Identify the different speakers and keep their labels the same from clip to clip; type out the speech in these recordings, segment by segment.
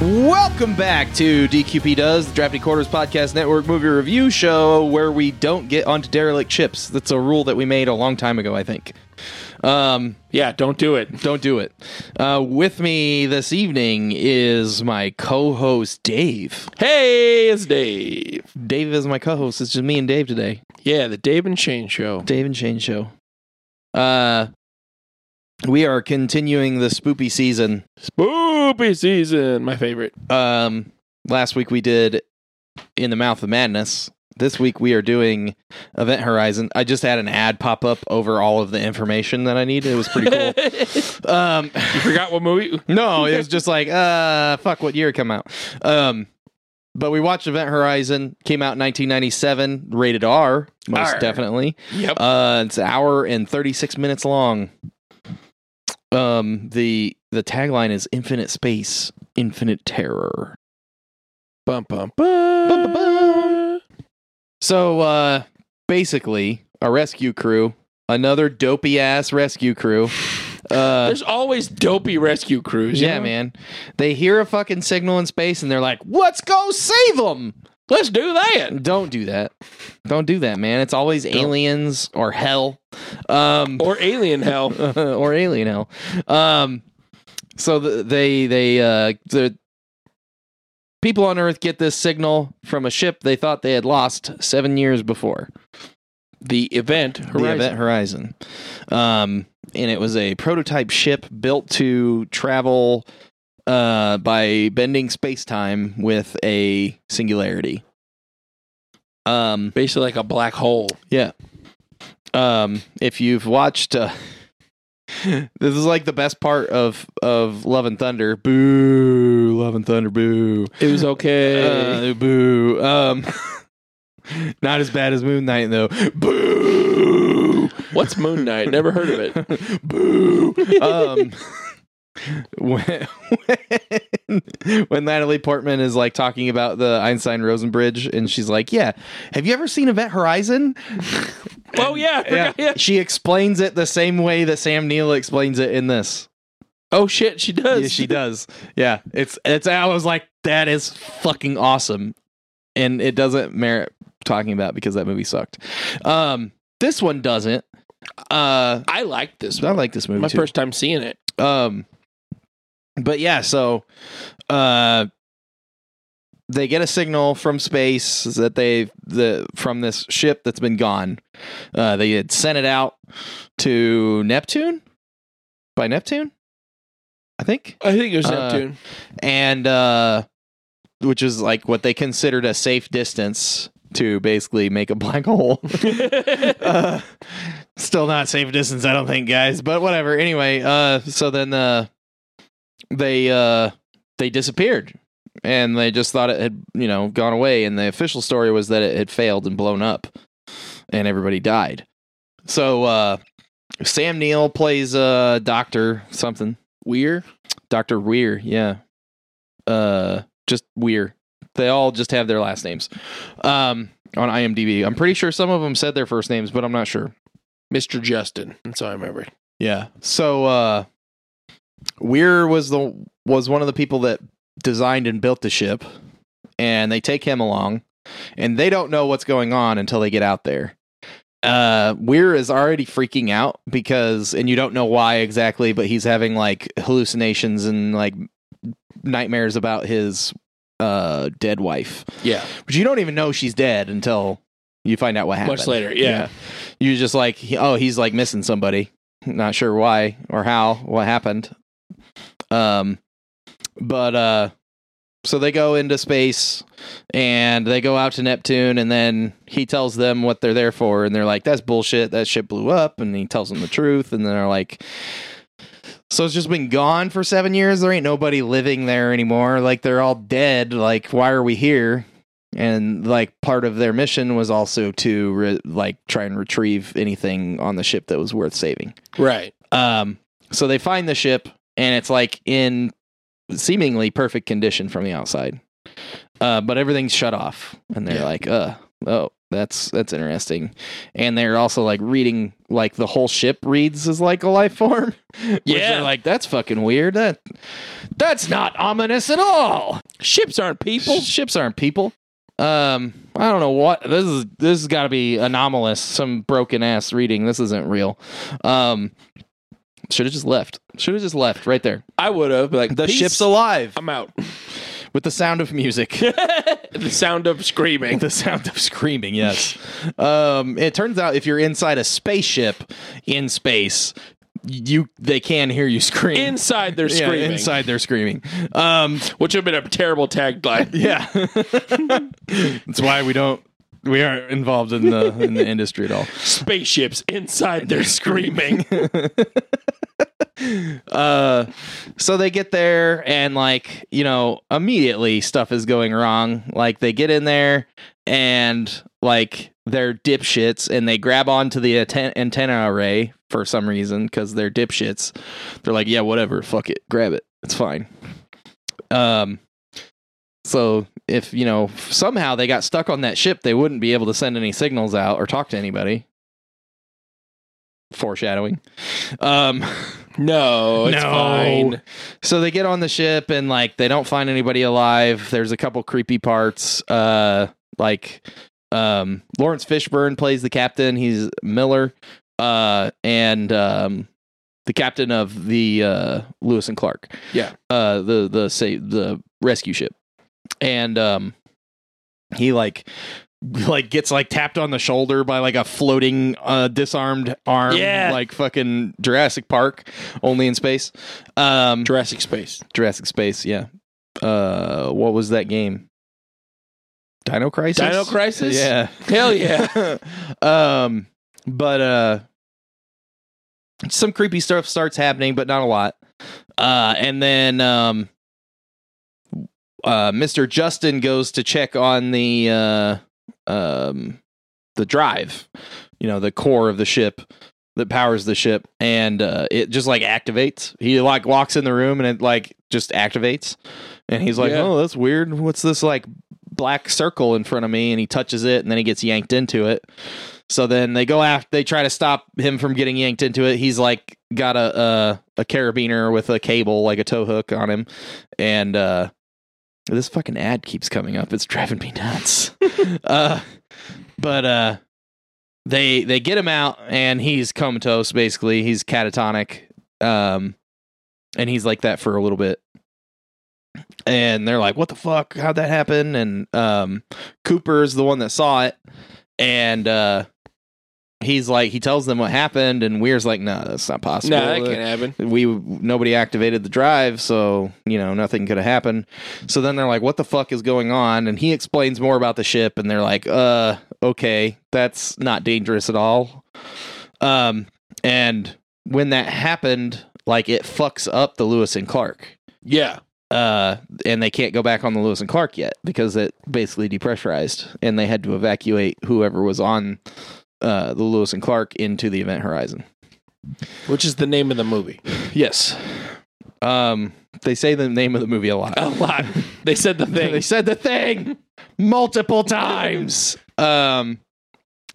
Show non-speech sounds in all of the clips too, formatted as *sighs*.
Speaker 1: Welcome back to DQP Does, the Drafty Quarters Podcast Network movie review show where we don't get onto derelict ships. That's a rule that we made a long time ago, I think. Um,
Speaker 2: Yeah, don't do it.
Speaker 1: don't do it. Uh, with me this evening is my co host, Dave.
Speaker 2: Hey, it's Dave.
Speaker 1: Dave is my co host. It's just me and Dave today.
Speaker 2: Yeah, the Dave and Shane show.
Speaker 1: Dave and Shane show. Uh, we are continuing the spoopy season.
Speaker 2: Spoopy season, my favorite.
Speaker 1: Um, last week we did In the Mouth of Madness. This week we are doing Event Horizon. I just had an ad pop up over all of the information that I need. It was pretty cool.
Speaker 2: you
Speaker 1: um,
Speaker 2: forgot what movie?
Speaker 1: no, it was just like, uh, fuck, what year it come out? Um, but we watched Event Horizon. Came out in 1997, rated R, most
Speaker 2: R.
Speaker 1: definitely.
Speaker 2: Yep.
Speaker 1: Uh, it's an hour and 36 minutes long. Um, the the tagline is infinite space, infinite terror.
Speaker 2: bum, bum, bum.
Speaker 1: Bum, bum, bum. So uh basically a rescue crew, another dopey ass rescue crew. Uh
Speaker 2: There's always dopey rescue crews. you
Speaker 1: yeah,
Speaker 2: know?
Speaker 1: man. They hear a fucking signal in space and they're like, "Let's go save them."
Speaker 2: Let's do that.
Speaker 1: Don't do that. Don't do that, man. It's always aliens or hell. Um *laughs*
Speaker 2: Or alien hell.
Speaker 1: or alien hell. Um, so th- they they uh, the people on Earth get this signal from a ship they thought they had lost seven years before
Speaker 2: The event. Horizon.
Speaker 1: the Event Horizon, um, and it was a prototype ship built to travel uh, by bending space time with a singularity. Um,
Speaker 2: Basically like a black hole.
Speaker 1: um if you've watched uh *laughs* this is like the best part of of love and thunder boo love and thunder boo
Speaker 2: It was okay.
Speaker 1: *laughs* uh, boo um *laughs* not as bad as moon knight though boo
Speaker 2: What's Moon Knight? Never heard of
Speaker 1: *laughs*
Speaker 2: it.
Speaker 1: boo um *laughs* when, when when natalie portman is like talking about the einstein rosen bridge and she's like yeah have you ever seen event horizon *laughs*
Speaker 2: Oh yeah, I
Speaker 1: yeah.
Speaker 2: forgot, yeah.
Speaker 1: She explains it the same way that Sam Neill explains it in this.
Speaker 2: Oh shit, she does.
Speaker 1: Yeah, she does. Yeah. It's it's I was like, that is fucking awesome. And it doesn't merit talking about because that movie sucked. Um this one doesn't. Uh
Speaker 2: I liked this.
Speaker 1: I
Speaker 2: One.
Speaker 1: like this movie.
Speaker 2: My
Speaker 1: too.
Speaker 2: first time seeing it.
Speaker 1: Um, but yeah, so uh, they get a signal from space that they the from this ship that's been gone. Uh, they had sent it out to Neptune by Neptune, I think,
Speaker 2: I think it was
Speaker 1: Uh,
Speaker 2: Neptune.
Speaker 1: and uh, which is like what they considered a safe distance to basically make a black *laughs* hole. *laughs*
Speaker 2: *laughs*
Speaker 1: uh, *laughs* still not safe distance, I don't think, guys. But whatever. Anyway, uh, so then uh, they uh, they disappeared, and they just thought it had you know gone away. And the official story was that it had failed and blown up, and everybody died. So uh, Sam Neill plays uh, Doctor something Weir, Doctor Weir, yeah, uh, just Weir. They all just have their last names. Um, on IMDb, I'm pretty sure some of them said their first names, but I'm not sure.
Speaker 2: Mr. Justin. That's all I remember.
Speaker 1: Yeah. So uh Weir was the was one of the people that designed and built the ship and they take him along and they don't know what's going on until they get out there. Uh Weir is already freaking out because and you don't know why exactly, but he's having like hallucinations and like nightmares about his uh dead wife.
Speaker 2: Yeah.
Speaker 1: But you don't even know she's dead until you find out what happened.
Speaker 2: Much later. Yeah.
Speaker 1: You're just like, he- oh, he's like missing somebody. Not sure why or how, what happened. Um, but, uh, so they go into space and they go out to Neptune, and then he tells them what they're there for. And they're like, that's bullshit. That shit blew up. And he tells them the truth. And they're like, so it's just been gone for seven years. There ain't nobody living there anymore. Like, they're all dead. Like, why are we here? and like part of their mission was also to re- like try and retrieve anything on the ship that was worth saving
Speaker 2: Right.
Speaker 1: um so they find the ship and it's like in seemingly perfect condition from the outside uh but everything's shut off and they're
Speaker 2: Yeah.
Speaker 1: like uh oh that's that's interesting. And they're also like reading like the whole ship reads as like a life form. *laughs* Which
Speaker 2: Yeah.
Speaker 1: they're like that's fucking weird. That that's not ominous at all.
Speaker 2: Ships aren't people.
Speaker 1: Ships aren't people. Um, I don't know what this is. This has got to be anomalous. Some broken ass reading. This isn't real. Um, should have just left. Should have just left right there.
Speaker 2: I would have but like
Speaker 1: The
Speaker 2: "Peace,
Speaker 1: ship's alive
Speaker 2: I'm out.
Speaker 1: with the sound of *laughs* music.
Speaker 2: the sound of screaming.
Speaker 1: the sound of screaming yes um it turns out if you're inside a spaceship in space you they can hear you scream
Speaker 2: Inside they're
Speaker 1: *laughs* Yeah,
Speaker 2: screaming.
Speaker 1: inside they're screaming um
Speaker 2: Which would have been a terrible tagline. *laughs*
Speaker 1: *laughs* yeah that's why we don't we aren't involved in the in the industry at all
Speaker 2: Spaceships inside
Speaker 1: *laughs*
Speaker 2: they're screaming.
Speaker 1: uh so they get there and like you know immediately stuff is going wrong like they get in there and like they're dipshits and they grab onto the atten- antenna array for some reason because they're dipshits they're like yeah whatever fuck it grab it it's fine um so if you know somehow they got stuck on that ship they wouldn't be able to send any signals out or talk to anybody foreshadowing um
Speaker 2: *laughs* No, it's
Speaker 1: No.
Speaker 2: fine.
Speaker 1: so they get on the ship and like they don't find anybody alive. There's a couple creepy parts. Uh, like um, Lawrence Fishburne plays the captain. He's Miller, uh, and um, the captain of the uh, Lewis and Clark.
Speaker 2: Yeah.
Speaker 1: Uh, the the say the rescue ship, and um, he like *laughs* like gets like tapped on the shoulder by like a floating uh disarmed arm
Speaker 2: Yeah.
Speaker 1: like fucking Jurassic Park only in space um
Speaker 2: Jurassic Space.
Speaker 1: Jurassic Space, yeah. Uh, what was that game? Dino Crisis.
Speaker 2: Dino Crisis?
Speaker 1: Yeah.
Speaker 2: Hell yeah.
Speaker 1: *laughs* um, but uh, some creepy stuff starts happening, but not a lot. Uh, and then um, uh, Mr. Justin goes to check on the uh, um, the drive, you know, the core of the ship that powers the ship, and uh, it just like activates. He like walks in the room and it like just activates, and he's like,
Speaker 2: Yeah.
Speaker 1: "Oh, that's weird. What's this like black circle in front of me?" And he touches it, and then he gets yanked into it. So then they go after they try to stop him from getting yanked into it. He's like got a a, a carabiner with a cable like a tow hook on him, and uh, this fucking ad keeps coming up. It's driving me nuts. uh, but uh, they they get him out, and he's comatose. Basically, he's catatonic, um, and he's like that for a little bit. And they're like, "What the fuck? How'd that happen?" And um, Cooper's the one that saw it, and uh, he's like, he tells them what happened, and Weir's like, "No, that's not possible."
Speaker 2: no, that can't happen.
Speaker 1: we nobody activated the drive, so you know nothing could have happened. So then they're like, "What the fuck is going on?" And he explains more about the ship, and they're like, "Uh, okay, that's not dangerous at all." Um, and when that happened, like it fucks up the Lewis and Clark,
Speaker 2: Yeah.
Speaker 1: uh, and they can't go back on the Lewis and Clark yet because it basically depressurized, and they had to evacuate whoever was on uh, the Lewis and Clark into the Event Horizon.
Speaker 2: Which is the name of the movie.
Speaker 1: Yes. Um, they say the name of the movie *laughs* a lot.
Speaker 2: A lot. They said
Speaker 1: *laughs*
Speaker 2: the
Speaker 1: they
Speaker 2: Oh, thing.
Speaker 1: said the thing multiple times. Um,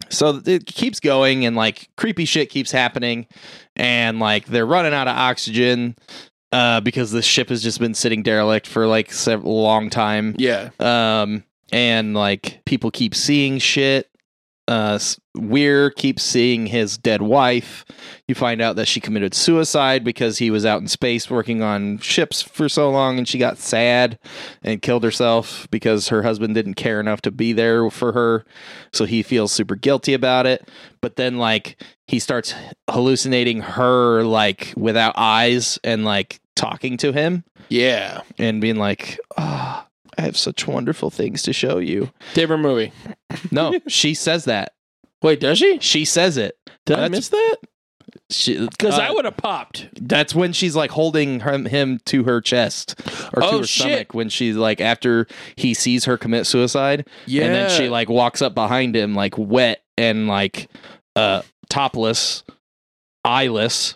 Speaker 1: so it keeps going and like creepy shit keeps happening, and like they're running out of oxygen uh, because the ship has just been sitting derelict for like several long time
Speaker 2: yeah.
Speaker 1: um and like people keep seeing shit uh S- weir keeps seeing his dead wife you find out that she committed suicide because he was out in space working on ships for so long and she got sad and killed herself because her husband didn't care enough to be there for her so he feels super guilty about it but then like he starts hallucinating her like without eyes and like talking to him
Speaker 2: Yeah.
Speaker 1: and being like, "Ah, I have such wonderful things to show you."
Speaker 2: Different movie.
Speaker 1: *laughs* No, she says that.
Speaker 2: Wait, does she?
Speaker 1: She says it.
Speaker 2: Did I
Speaker 1: That's-
Speaker 2: miss that?
Speaker 1: She-
Speaker 2: Because
Speaker 1: uh,
Speaker 2: I would have popped.
Speaker 1: That's when she's like holding him, him to her chest or to
Speaker 2: Oh,
Speaker 1: her
Speaker 2: shit.
Speaker 1: stomach when she's like after he sees her commit suicide,
Speaker 2: Yeah.
Speaker 1: and then she like walks up behind him like wet and like uh topless, eyeless,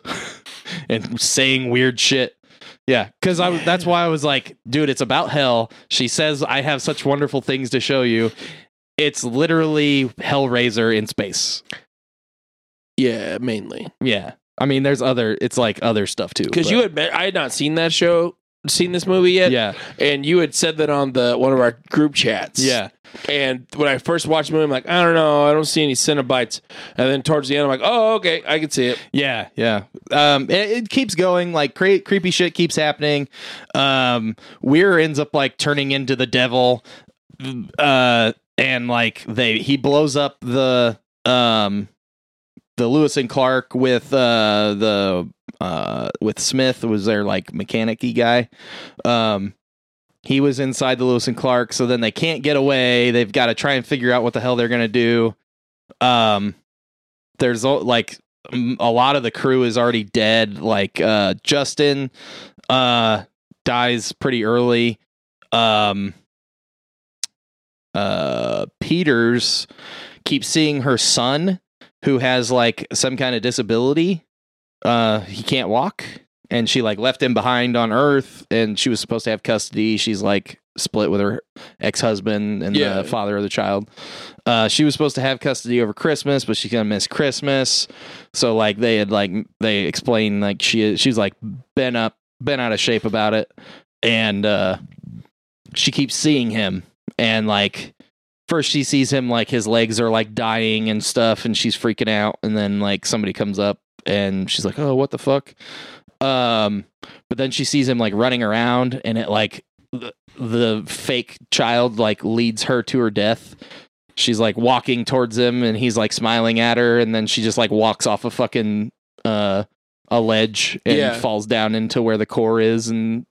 Speaker 1: *laughs* and saying weird shit. Yeah, because I w- that's why I was like, dude, it's about hell. She says I have such wonderful things to show you, It's literally Hellraiser in space.
Speaker 2: Yeah, mainly
Speaker 1: Yeah. I mean, there's other. It's like other stuff too.
Speaker 2: because
Speaker 1: but-
Speaker 2: you had met, I had not seen that show, seen this movie yet,
Speaker 1: Yeah.
Speaker 2: and you had said that on the one of our group chats.
Speaker 1: Yeah.
Speaker 2: And when I first watched the movie, I'm like, I don't know, I don't see any Cenobites. And then towards the end, I'm like, oh, okay, I can see it.
Speaker 1: Yeah, yeah. Um, it, it keeps going. Like cre- creepy shit keeps happening. Um, Weir ends up like turning into the devil, uh, and like they he blows up the um the Lewis and Clark with uh the uh with Smith was their like mechanicy guy. Um, he was inside the Lewis and Clark, so then they can't get away. They've got to try and figure out what the hell they're gonna do. Um, there's al- like m- a lot of the crew is already dead like uh justin uh dies pretty early um uh peters keeps seeing her son who has like some kind of disability uh he can't walk and she like left him behind on earth and she was supposed to have custody she's like split with her ex-husband and
Speaker 2: Yeah.
Speaker 1: the father of the child uh she was supposed to have custody over christmas but she's gonna miss christmas so like they had like they explained like she she's like been up been out of shape about it and uh she keeps seeing him and like first she sees him like his legs are like dying and stuff and she's freaking out and then like somebody comes up and she's like oh what the fuck um but then she sees him like running around and it like the, the fake child like leads her to her death she's like walking towards him and he's like smiling at her and then she just like walks off a fucking uh a ledge and
Speaker 2: Yeah.
Speaker 1: falls down into where the core is and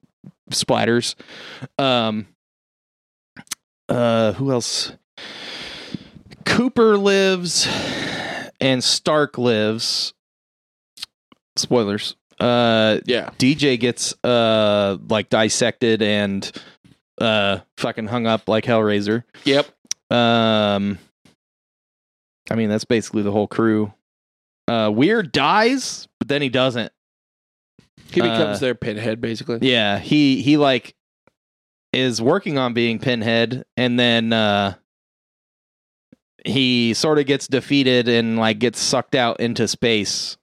Speaker 1: splatters um uh who else cooper lives and stark lives spoilers uh
Speaker 2: Yeah.
Speaker 1: dj gets uh like dissected and uh fucking hung up like hellraiser
Speaker 2: Yep.
Speaker 1: um i mean that's basically the whole crew uh weird dies but then he doesn't
Speaker 2: He
Speaker 1: Uh,
Speaker 2: becomes their pinhead, basically.
Speaker 1: yeah, he he like is working on being Pinhead, and then uh he sort of gets defeated and like gets sucked out into space,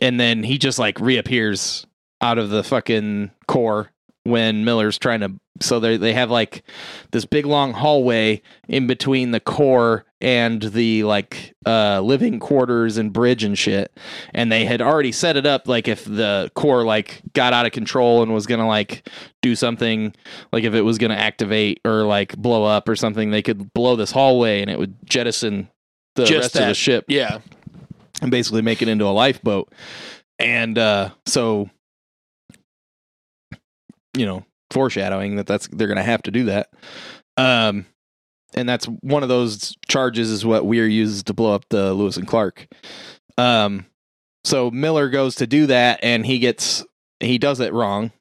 Speaker 1: and then he just like reappears out of the fucking core when Miller's trying to. So they they have like this big long hallway in between the core and the like uh living quarters and bridge and shit and they had already set it up like if the core like got out of control and was gonna like do something like if it was gonna activate or like blow up or something they could blow this hallway and it would jettison the rest
Speaker 2: Just
Speaker 1: of the
Speaker 2: that.
Speaker 1: ship
Speaker 2: Yeah.
Speaker 1: and basically make it into a lifeboat. And uh, so, you know, foreshadowing that that's they're going to have to do that. Um, and that's one of those charges is what Weir uses to blow up the Lewis and Clark. Um, so Miller goes to do that, and he gets he does it wrong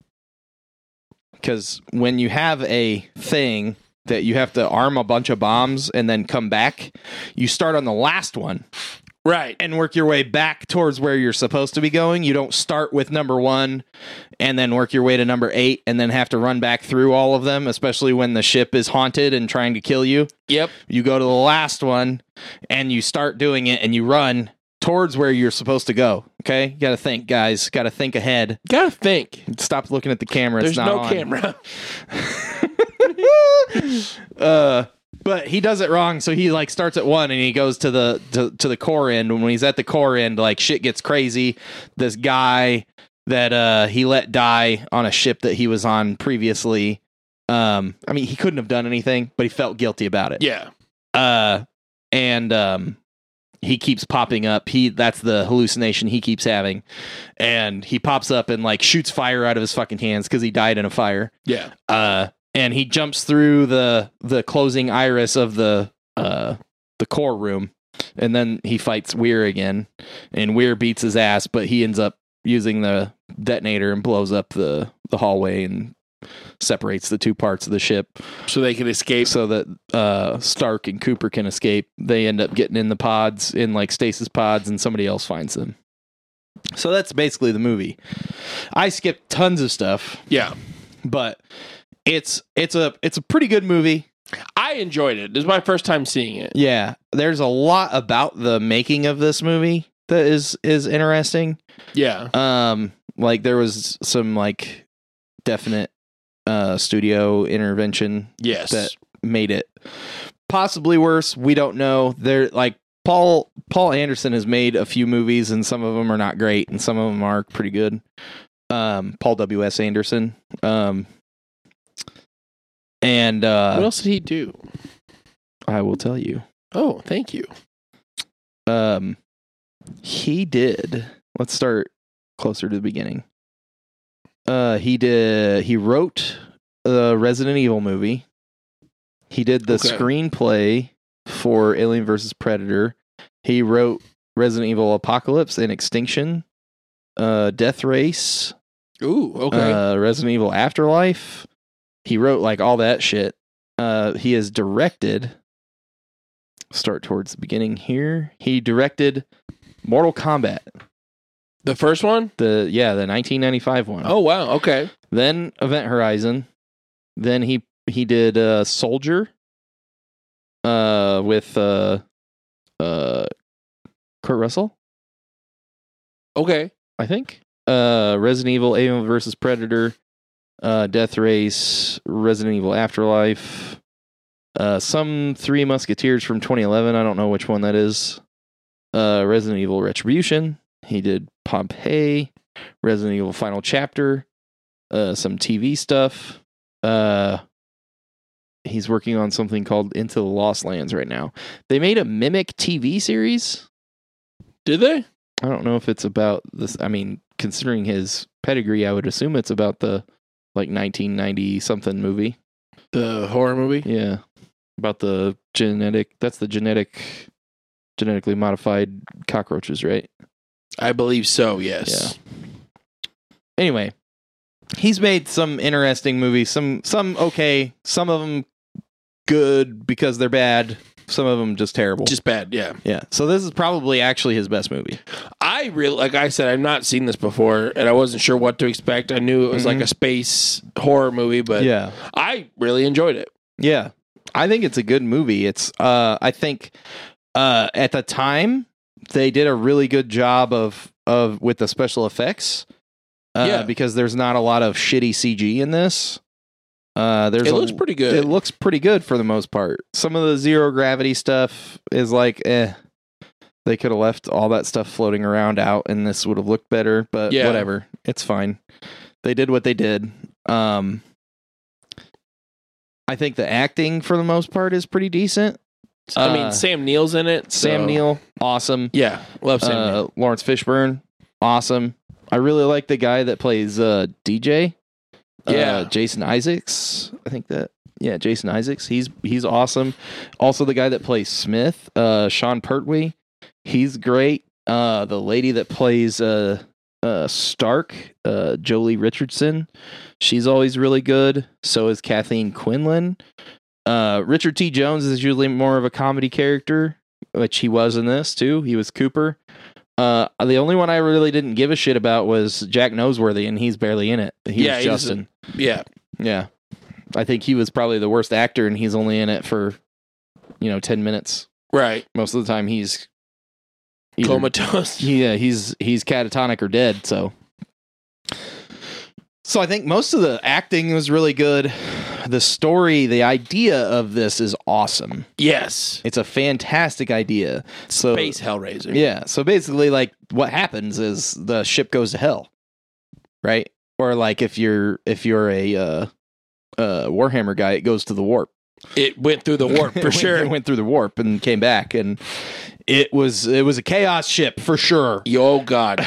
Speaker 1: because when you have a thing that you have to arm a bunch of bombs and then come back, you start on the last one
Speaker 2: Right.
Speaker 1: and work your way back towards where you're supposed to be going. You don't start with number one and then work your way to number eight and then have to run back through all of them, especially when the ship is haunted and trying to kill you.
Speaker 2: Yep.
Speaker 1: You go to the last one and you start doing it and you run towards where you're supposed to go. Okay. You got to think, guys. Got to think ahead.
Speaker 2: Gotta think.
Speaker 1: Stop looking at the camera.
Speaker 2: There's
Speaker 1: it's not
Speaker 2: no
Speaker 1: on.
Speaker 2: camera. *laughs*
Speaker 1: *laughs* uh, but he does it wrong. So he like starts at one and he goes to the to, to the core end. When he's at the core end, like shit gets crazy. This guy that uh he let die on a ship that he was on previously. Um, I mean, he couldn't have done anything, but he felt guilty about it
Speaker 2: Yeah.
Speaker 1: uh and um he keeps popping up he that's the hallucination he keeps having and he pops up and like shoots fire out of his fucking hands because he died in a fire
Speaker 2: Yeah.
Speaker 1: uh and he jumps through the the closing iris of the uh the core room and then he fights weir again and weir beats his ass but he ends up using the detonator and blows up the the hallway and separates the two parts of the ship
Speaker 2: So they can escape.
Speaker 1: so that uh, Stark and Cooper can escape. They end up getting in the pods, in like stasis pods, and somebody else finds them. So that's basically the movie. I skipped tons of stuff,
Speaker 2: Yeah.
Speaker 1: but it's it's a it's a pretty good movie.
Speaker 2: I enjoyed it. This is my first time seeing it.
Speaker 1: Yeah, there's a lot about the making of this movie that is is interesting.
Speaker 2: Yeah.
Speaker 1: Um, like there was some like definite uh studio intervention
Speaker 2: Yes.
Speaker 1: That- made it possibly worse. We don't know. They're like Paul Paul Anderson has made a few movies, and some of them are not great, and some of them are pretty good. Um, Paul W S Anderson. Um, and
Speaker 2: what
Speaker 1: uh,
Speaker 2: else did he do?
Speaker 1: I will tell you.
Speaker 2: Oh, thank you.
Speaker 1: Um, he did. Let's start closer to the beginning. Uh, he did. He wrote the Resident Evil movie. He did the
Speaker 2: Okay.
Speaker 1: screenplay for Alien versus Predator. He wrote Resident Evil Apocalypse and Extinction, uh, Death Race,
Speaker 2: Ooh, okay.
Speaker 1: uh, Resident Evil Afterlife. He wrote like all that shit. Uh, he has directed. Start towards the beginning here. He directed Mortal Kombat,
Speaker 2: the first one?
Speaker 1: the yeah, the 1995 one.
Speaker 2: Oh, wow. Okay.
Speaker 1: then Event Horizon. Then he he did uh, Soldier. Uh, with uh, uh, Kurt Russell,
Speaker 2: Okay.
Speaker 1: I think. Uh, Resident Evil, Alien versus Predator, uh, Death Race, Resident Evil Afterlife, uh, some Three Musketeers from 2011. I don't know which one that is. Uh, Resident Evil Retribution. He did Pompeii, Resident Evil Final Chapter, uh, some TV stuff. Uh, he's working on something called Into the Lost Lands right now. They made a mimic TV series.
Speaker 2: Did they?
Speaker 1: I don't know if it's about this. I mean, considering his pedigree, I would assume it's about the like 1990 something movie.
Speaker 2: The horror movie?
Speaker 1: Yeah, about the genetic. That's the genetic, genetically modified cockroaches, right?
Speaker 2: I believe so, yes.
Speaker 1: Anyway, he's made some interesting movies. Some some okay. Some of them good because they're bad. Some of them just terrible.
Speaker 2: Just bad, yeah.
Speaker 1: yeah. So this is probably actually his best movie.
Speaker 2: I really, like I said, I've not seen this before and I wasn't sure what to expect. I knew it was
Speaker 1: Mhm.
Speaker 2: like a space horror movie, but
Speaker 1: yeah.
Speaker 2: I really enjoyed it.
Speaker 1: Yeah. I think it's a good movie. It's uh I think uh at the time they did a really good job of of with the special effects. Uh
Speaker 2: Yeah.
Speaker 1: because there's not a lot of shitty CG in this. Uh there's
Speaker 2: it
Speaker 1: a-
Speaker 2: looks pretty good.
Speaker 1: It looks pretty good for the most part. Some of the zero gravity stuff is like eh they could have left all that stuff floating around out and this would have looked better, but
Speaker 2: Yeah.
Speaker 1: whatever. It's fine. They did what they did. Um I think the acting for the most part is pretty decent.
Speaker 2: I mean,
Speaker 1: uh,
Speaker 2: Sam Neill's in it. so-
Speaker 1: Sam Neill, awesome.
Speaker 2: Yeah, love Sam Neill.
Speaker 1: Uh, Lawrence Fishburne, awesome. I really like the guy that plays uh, DJ. Uh,
Speaker 2: Yeah.
Speaker 1: Jason Isaacs. I think that. Yeah, Jason Isaacs. He's he's awesome. Also, the guy that plays Smith, uh, Sean Pertwee. He's great. Uh, the lady that plays uh, uh, Stark, uh, Jolie Richardson. She's always really good. So is Kathleen Quinlan. Uh, Richard T. Jones is usually more of a comedy character, which he was in this too. He was Cooper. Uh, the only one I really didn't give a shit about was Jack Noseworthy, and he's barely in it. He
Speaker 2: Yeah,
Speaker 1: was
Speaker 2: he was-
Speaker 1: Justin.
Speaker 2: Yeah,
Speaker 1: yeah, I think he was probably the worst actor, and he's only in it for you know ten minutes.
Speaker 2: right.
Speaker 1: Most of the time, he's either-
Speaker 2: Comatose.
Speaker 1: yeah, he's he's catatonic or dead. So, so I think most of the acting was really good. The story, the idea of this is awesome.
Speaker 2: *laughs* yes.
Speaker 1: It's a fantastic idea. So
Speaker 2: Space Hellraiser.
Speaker 1: yeah. So basically, like what happens is the ship goes to hell, right? Or like if you're if you're a uh, uh, Warhammer guy, it goes to the warp
Speaker 2: It went through the
Speaker 1: *laughs*
Speaker 2: warp
Speaker 1: It
Speaker 2: for
Speaker 1: went-
Speaker 2: sure.
Speaker 1: It went through the warp and came back, and it was it was a chaos ship for sure.
Speaker 2: Yo,
Speaker 1: *laughs*
Speaker 2: God.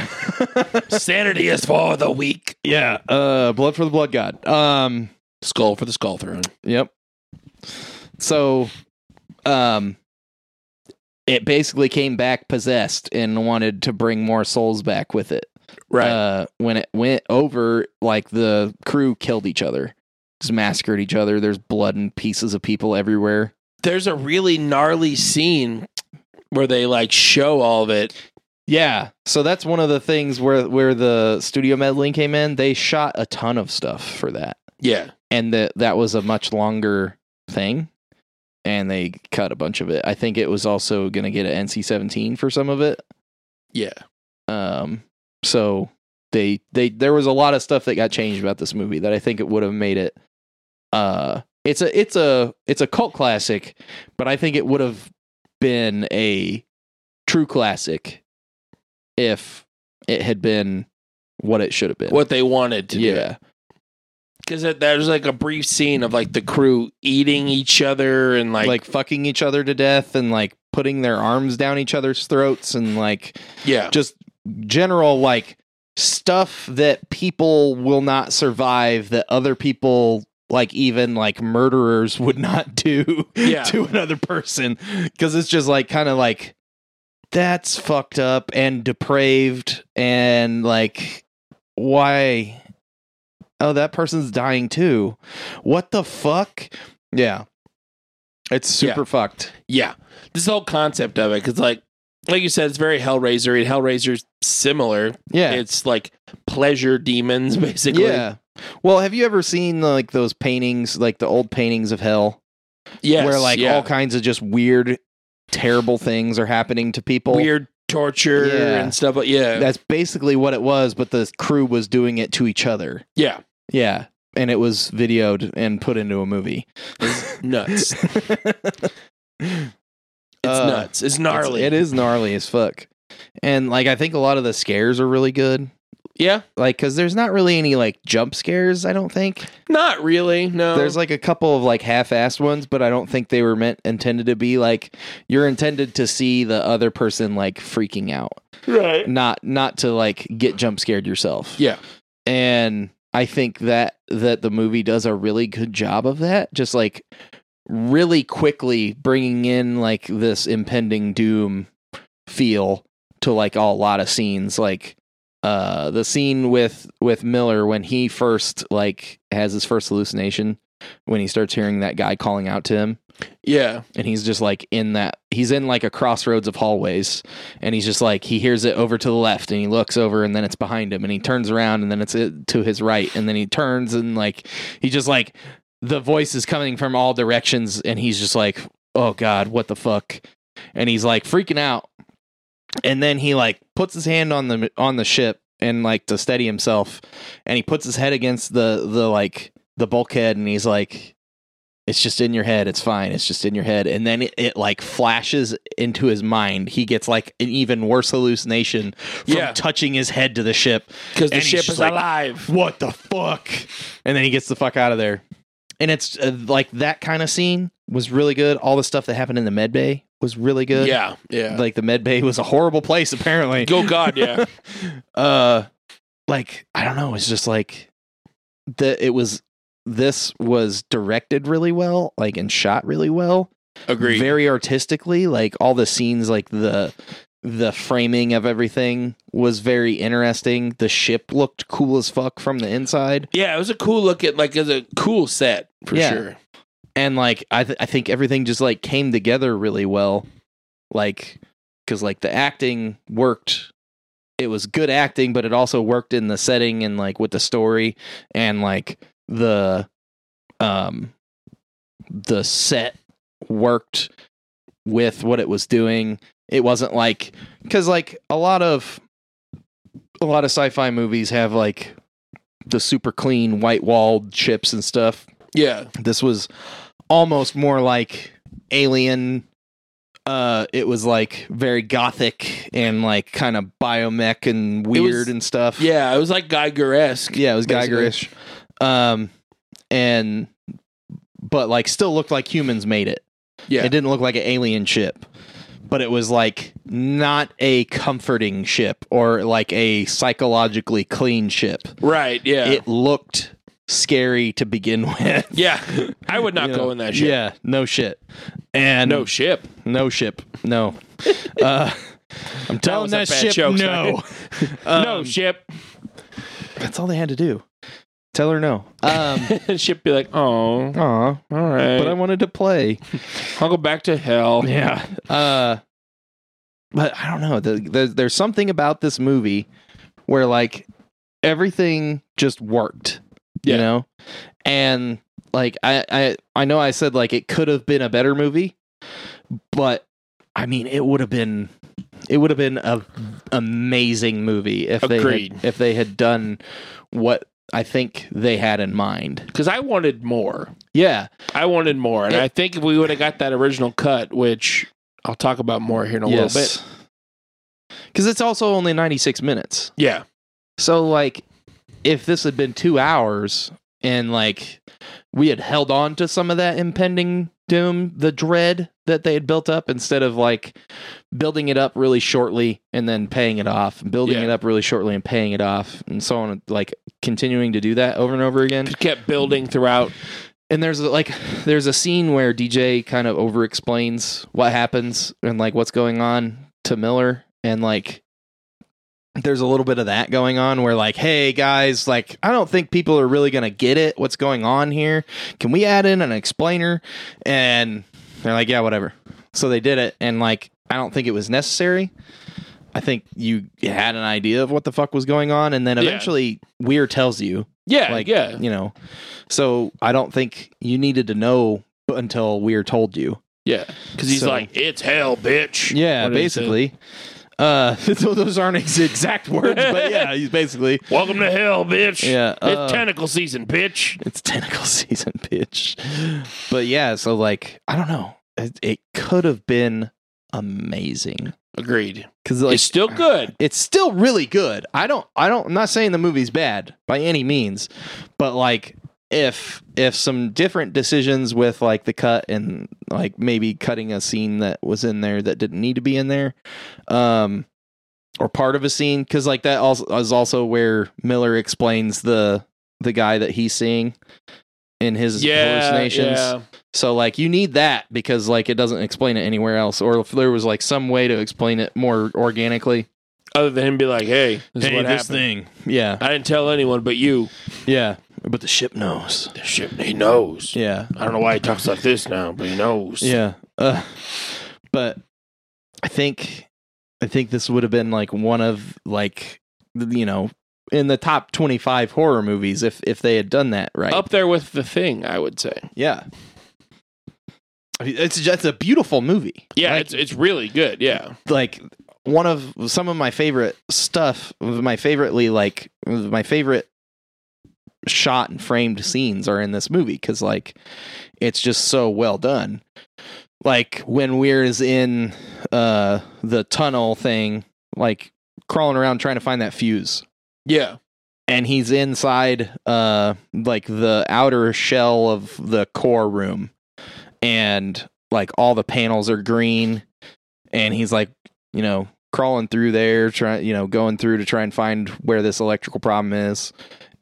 Speaker 2: Sanity is for the weak.
Speaker 1: Yeah. Uh, blood for the blood god. Um.
Speaker 2: Skull for the skull throne.
Speaker 1: Yep. So, um, it basically came back possessed and wanted to bring more souls back with it. Uh, when it went over, like the crew killed each other, just massacred each other. There's blood and pieces of people everywhere.
Speaker 2: There's a really gnarly scene where they like show all of it.
Speaker 1: Yeah. So that's one of the things where where the studio meddling came in. They shot a ton of stuff for that.
Speaker 2: Yeah.
Speaker 1: and that that was a much longer thing and they cut a bunch of it. I think it was also going to get an NC seventeen for some of it.
Speaker 2: Yeah.
Speaker 1: Um, so they they there was a lot of stuff that got changed about this movie that I think it would have made it. Uh, it's a it's a it's a cult classic, but I think it would have been a true classic if it had been what it should have been.
Speaker 2: What they wanted to do.
Speaker 1: yeah,
Speaker 2: Because there's like a brief scene of like the crew eating each other and like,
Speaker 1: like, fucking each other to death and like putting their arms down each other's throats and like
Speaker 2: yeah.
Speaker 1: just general like stuff that people will not survive that other people like even like murderers *laughs* would not do
Speaker 2: Yeah.
Speaker 1: to another person because it's just like kind of like that's fucked up and depraved and like why oh that person's dying too what the fuck yeah it's
Speaker 2: Yeah.
Speaker 1: super fucked
Speaker 2: Yeah. This whole concept of it. Because like, like you said, it's very Hellraiser and Hellraiser's similar.
Speaker 1: yeah
Speaker 2: It's like pleasure demons, *laughs* basically.
Speaker 1: yeah well have you ever seen like those paintings like the old paintings of hell
Speaker 2: Yes,
Speaker 1: where like
Speaker 2: yeah.
Speaker 1: all kinds of just weird terrible things are happening to people
Speaker 2: weird torture
Speaker 1: Yeah.
Speaker 2: and stuff. But yeah,
Speaker 1: that's basically what it was but the crew was doing it to each other
Speaker 2: yeah,
Speaker 1: yeah and it was videoed and put into a movie *laughs*
Speaker 2: it's nuts. It's
Speaker 1: Uh,
Speaker 2: nuts. It's gnarly.
Speaker 1: It's- it is gnarly as fuck and like i think a lot of the scares are really good
Speaker 2: Yeah,
Speaker 1: like because there's not really any like jump scares i don't think
Speaker 2: not really. No,
Speaker 1: There's like a couple of like half-assed ones, but I don't think they were meant intended to be like you're intended to see the other person like freaking out,
Speaker 2: right.
Speaker 1: not not to like get jump scared yourself.
Speaker 2: Yeah.
Speaker 1: And I think that that the movie does a really good job of that, just like really quickly bringing in like this impending doom feel to like a lot of scenes like uh the scene with with Miller when he first like has his first hallucination when he starts hearing that guy calling out to him
Speaker 2: Yeah,
Speaker 1: and he's just like in that he's in like a crossroads of hallways and he's just like he hears it over to the left and he looks over and then it's behind him and he turns around and then it's it to his right and then he turns and like he just like the voice is coming from all directions and he's just like oh god what the fuck and he's like freaking out and then he like puts his hand on the on the ship and like to steady himself and he puts his head against the the like the bulkhead and he's like it's just in your head it's fine it's just in your head and then it, it like flashes into his mind he gets like an even worse hallucination from
Speaker 2: Yeah.
Speaker 1: touching his head to the ship
Speaker 2: because the
Speaker 1: And he's
Speaker 2: ship
Speaker 1: just
Speaker 2: is
Speaker 1: like-
Speaker 2: alive.
Speaker 1: what the fuck? And then he gets the fuck out of there. And it's uh, like that kind of scene was really good. All the stuff that happened in the med bay was really good.
Speaker 2: Yeah, yeah.
Speaker 1: Like the med bay was a horrible place, apparently.
Speaker 2: Go
Speaker 1: *laughs*
Speaker 2: God, yeah,
Speaker 1: uh, like, I don't know. It's just like the, it was, this was directed really well, like, and shot really well
Speaker 2: agreed.
Speaker 1: very artistically like all the scenes like the the framing of everything was very interesting the ship looked cool as fuck from the inside
Speaker 2: yeah, it was a cool look at like as a cool set for
Speaker 1: Yeah.
Speaker 2: sure.
Speaker 1: and like i th- i think everything just like came together really well like cuz like the acting worked it was good acting but it also worked in the setting and like with the story and like the um the set worked with what it was doing it wasn't like cuz like a lot of a lot of sci-fi movies have like the super clean white-walled chips and stuff
Speaker 2: Yeah,
Speaker 1: this was almost more like alien uh it was like very gothic and like kind of biomech and
Speaker 2: was-
Speaker 1: weird and stuff
Speaker 2: yeah. It was like Geiger esque.
Speaker 1: yeah it was geigerish
Speaker 2: Basically.
Speaker 1: um and but like still looked like humans made it
Speaker 2: Yeah,
Speaker 1: it didn't look like an alien ship but it was like not a comforting ship or like a psychologically clean ship
Speaker 2: right. Yeah,
Speaker 1: it looked scary to begin *laughs* with
Speaker 2: yeah.
Speaker 1: *laughs*
Speaker 2: I would not
Speaker 1: you
Speaker 2: go
Speaker 1: know?
Speaker 2: in that ship.
Speaker 1: Yeah, no shit. And
Speaker 2: No ship.
Speaker 1: no ship.
Speaker 2: *laughs*
Speaker 1: No. uh, I'm telling
Speaker 2: That
Speaker 1: that,
Speaker 2: was a
Speaker 1: ship
Speaker 2: bad joke,
Speaker 1: no. *laughs* Um,
Speaker 2: no ship. *laughs*
Speaker 1: That's all they had to do. Tell her no. Um,
Speaker 2: *laughs* ship be like, oh, all
Speaker 1: aw,
Speaker 2: right.
Speaker 1: but I wanted to play.
Speaker 2: I'll go back to hell. *laughs*
Speaker 1: Yeah. Uh, but I don't know. The, the, there's something about this movie where like everything just worked,
Speaker 2: Yeah.
Speaker 1: you know, and Like I I I know I said like it could have been a better movie, but I mean it would have been it would have been a amazing movie if they
Speaker 2: Agreed.
Speaker 1: had, if they had done what I think they had in mind.
Speaker 2: Because I wanted more.
Speaker 1: Yeah.
Speaker 2: I wanted more. And
Speaker 1: It-
Speaker 2: I think if we would have got that original cut, which I'll talk about more here in a little bit.
Speaker 1: Because it's also only 96 minutes.
Speaker 2: Yeah.
Speaker 1: So, like, if this had been two hours and, like, we had held on to some of that impending doom, the dread that they had built up, instead of, like, building it up really shortly and then paying it off, and building
Speaker 2: Yeah.
Speaker 1: it up really shortly and paying it off, and so on, like, continuing to do that over and over again
Speaker 2: It kept building throughout.
Speaker 1: and there's like there's a scene where DJ kind of over explains what happens and like what's going on to Miller and like there's a little bit of that going on where like hey guys like I don't think people are really going to get it what's going on here can we add in an explainer and they're like yeah whatever so they did it and like I don't think it was necessary I think you had an idea of what the fuck was going on and then
Speaker 2: Yeah.
Speaker 1: eventually Weir tells you
Speaker 2: Yeah.
Speaker 1: like
Speaker 2: yeah.
Speaker 1: you know so i don't think you needed to know b- until we are told you
Speaker 2: Yeah. Because he's
Speaker 1: So-
Speaker 2: like, it's hell, bitch. What did he say?
Speaker 1: basically uh *laughs* those aren't his exact words but yeah
Speaker 2: *laughs*
Speaker 1: he's basically
Speaker 2: Welcome to hell, bitch.
Speaker 1: Yeah, uh,
Speaker 2: it's tentacle season, bitch.
Speaker 1: it's tentacle *laughs* season bitch but yeah so like i don't know it, it could have been amazing
Speaker 2: Agreed.
Speaker 1: because like
Speaker 2: it's still good.
Speaker 1: it's still really good. I don't I don't I'm not saying the movie's bad by any means, but like if if some different decisions with like the cut and like maybe cutting a scene that was in there that didn't need to be in there um or part of a scene cuz like that also is also where Miller explains the the guy that he's seeing in his hallucinations.
Speaker 2: yeah.
Speaker 1: So like you need that because like it doesn't explain it anywhere else or if there was like some way to explain it more organically
Speaker 2: Other than him be like, hey, this is what happened.
Speaker 1: thing. Yeah,
Speaker 2: I didn't tell anyone but you.
Speaker 1: yeah. But the ship knows.
Speaker 2: The ship, he knows.
Speaker 1: Yeah,
Speaker 2: I don't know why he talks like this now, but he knows.
Speaker 1: yeah. Uh, but I think, I think this would have been like one of like you know in the top twenty five horror movies if if they had done that right.
Speaker 2: Up there with the thing, I would say.
Speaker 1: Yeah. I mean, It's that's a beautiful movie.
Speaker 2: Yeah,
Speaker 1: Like,
Speaker 2: it's it's really good. Yeah,
Speaker 1: like one of some of my favorite stuff my favoritely like my favorite shot and framed scenes are in this movie because like it's just so well done like when weir is in uh the tunnel thing like crawling around trying to find that fuse
Speaker 2: yeah,
Speaker 1: and he's inside uh like the outer shell of the core room and like all the panels are green and he's like you know crawling through there trying you know going through to try and find where this electrical problem is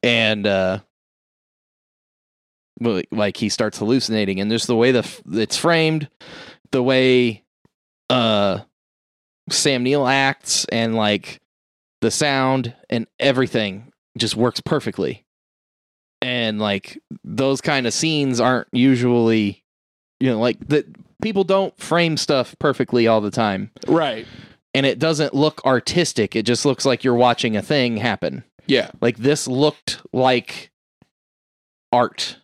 Speaker 1: and uh well, like he starts hallucinating and just the way the f- it's framed the way uh sam neill acts and like the sound and everything just works perfectly. And like those kind of scenes aren't usually, you know, like that people don't frame stuff perfectly all the time.
Speaker 2: right.
Speaker 1: And it doesn't look artistic. It just looks like you're watching a thing happen.
Speaker 2: Yeah,
Speaker 1: Like this looked like art.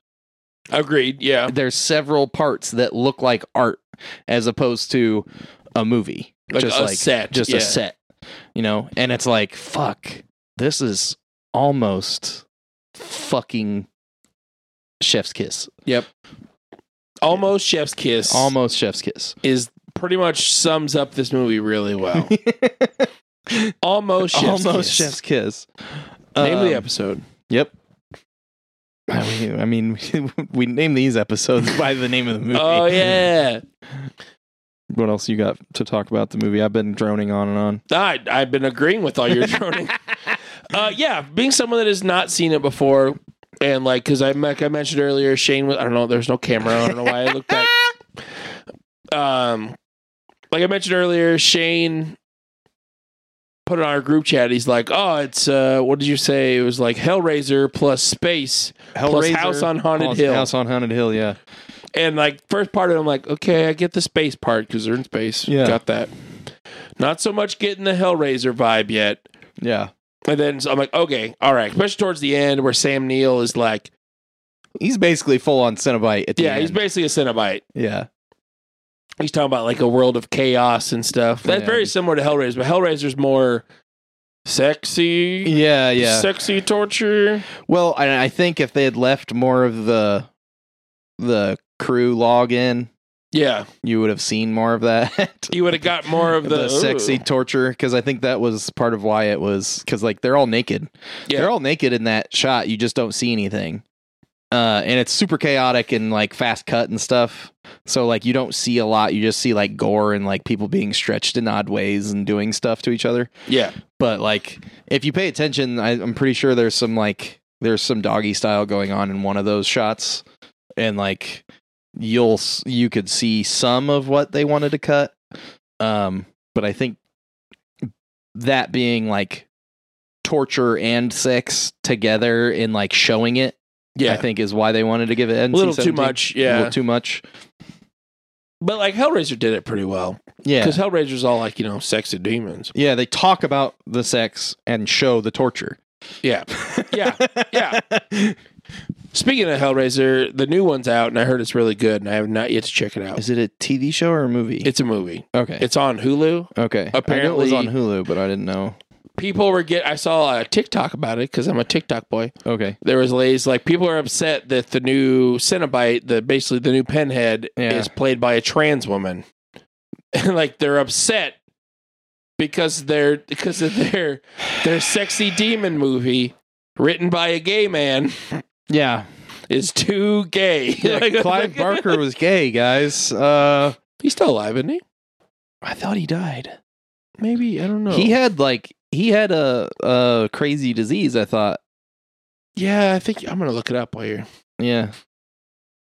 Speaker 2: agreed. Yeah,
Speaker 1: There's several parts that look like art as opposed to a movie.
Speaker 2: Like a set,
Speaker 1: Just
Speaker 2: yeah.
Speaker 1: a set. You know? And it's like, fuck, this is almost fucking chef's kiss. Yep.
Speaker 2: almost Chef's Kiss.
Speaker 1: Almost chef's
Speaker 2: *laughs*
Speaker 1: kiss.
Speaker 2: is pretty much sums up this movie really *laughs* well. almost Oh, Chef's
Speaker 1: almost
Speaker 2: Kiss.
Speaker 1: chef's kiss.
Speaker 2: Name of the
Speaker 1: Um,
Speaker 2: episode.
Speaker 1: Yep. I mean- I mean, *laughs* we name these episodes by the name of the movie.
Speaker 2: *laughs* Oh yeah,
Speaker 1: What else you got to talk about the movie? I've been droning on and on.
Speaker 2: I I've been agreeing with all *laughs* your droning. uh, yeah, being someone that has not seen it before, and like because I like I mentioned earlier, Shane was I don't know. There's no camera. I don't know why I looked at. Um, like I mentioned earlier, Shane put in our group chat. He's like, "Oh, it's uh, what did you say? It was like Hellraiser plus space." Plus House on Haunted
Speaker 1: House-
Speaker 2: Hill.
Speaker 1: House on Haunted Hill, yeah.
Speaker 2: And like first part of it, I'm like, okay, I get the space part because they're in space.
Speaker 1: Yeah.
Speaker 2: got that. Not so much getting the Hellraiser vibe yet.
Speaker 1: Yeah.
Speaker 2: And then so I'm like, okay, all right. Especially towards the end where Sam Neill is like,
Speaker 1: He's basically full on Cenobite at the
Speaker 2: Yeah,
Speaker 1: end.
Speaker 2: he's basically a Cenobite.
Speaker 1: yeah.
Speaker 2: He's talking about like a world of chaos and stuff. That's
Speaker 1: Yeah.
Speaker 2: very similar to Hellraiser, but Hellraiser's more sexy.
Speaker 1: Yeah, yeah.
Speaker 2: Sexy torture.
Speaker 1: well, I, I think if they had left more of the the crew log in,
Speaker 2: Yeah.
Speaker 1: you would have seen more of that.
Speaker 2: You would have got more *laughs*
Speaker 1: *laughs*
Speaker 2: of
Speaker 1: the,
Speaker 2: the,
Speaker 1: sexy
Speaker 2: Ooh.
Speaker 1: torture because I think that was part of why it was because like they're all naked.
Speaker 2: Yeah.
Speaker 1: They're all naked in that shot. You just don't see anything. Uh, and it's super chaotic and like fast cut and stuff. So like you don't see a lot. You just see like gore and like people being stretched in odd ways and doing stuff to each other.
Speaker 2: Yeah.
Speaker 1: But like if you pay attention, I, I'm pretty sure there's some like there's some doggy style going on in one of those shots, and like you'll s- you could see some of what they wanted to cut. Um, but I think that being like torture and sex together and like showing it,
Speaker 2: Yeah.
Speaker 1: I think is why they wanted to give it
Speaker 2: a little too
Speaker 1: NC-17.
Speaker 2: much.
Speaker 1: A
Speaker 2: Yeah.
Speaker 1: little too much.
Speaker 2: but like Hellraiser did it pretty well.
Speaker 1: Yeah.
Speaker 2: Because Hellraiser's all like, you know, sexy demons.
Speaker 1: Yeah, they talk about the sex and show the torture.
Speaker 2: Yeah. Yeah. Yeah. *laughs* Speaking of Hellraiser, the new one's out and I heard it's really good and I have not yet to check it out.
Speaker 1: Is it a TV show or a movie?
Speaker 2: Oh. It's a movie.
Speaker 1: okay.
Speaker 2: It's on Hulu.
Speaker 1: okay. I
Speaker 2: apparently-
Speaker 1: knew it was on Hulu, but I didn't know.
Speaker 2: People were get I saw a TikTok about it because I'm a TikTok boy.
Speaker 1: Okay.
Speaker 2: there was ladies like people are upset that the new Cenobite, the basically the new Pinhead,
Speaker 1: Yeah.
Speaker 2: is played by a trans woman, *laughs* and like they're upset because they're because of their their sexy demon movie written by a gay man
Speaker 1: *laughs* Yeah.
Speaker 2: is too
Speaker 1: *laughs*
Speaker 2: gay. Like- *laughs*
Speaker 1: Clive Barker was gay, guys. Uh,
Speaker 2: he's still alive, isn't he?
Speaker 1: I thought he died.
Speaker 2: Maybe I don't know.
Speaker 1: He had like he had a a crazy disease. I thought.
Speaker 2: yeah, I think I'm gonna look it up while you're.
Speaker 1: Yeah.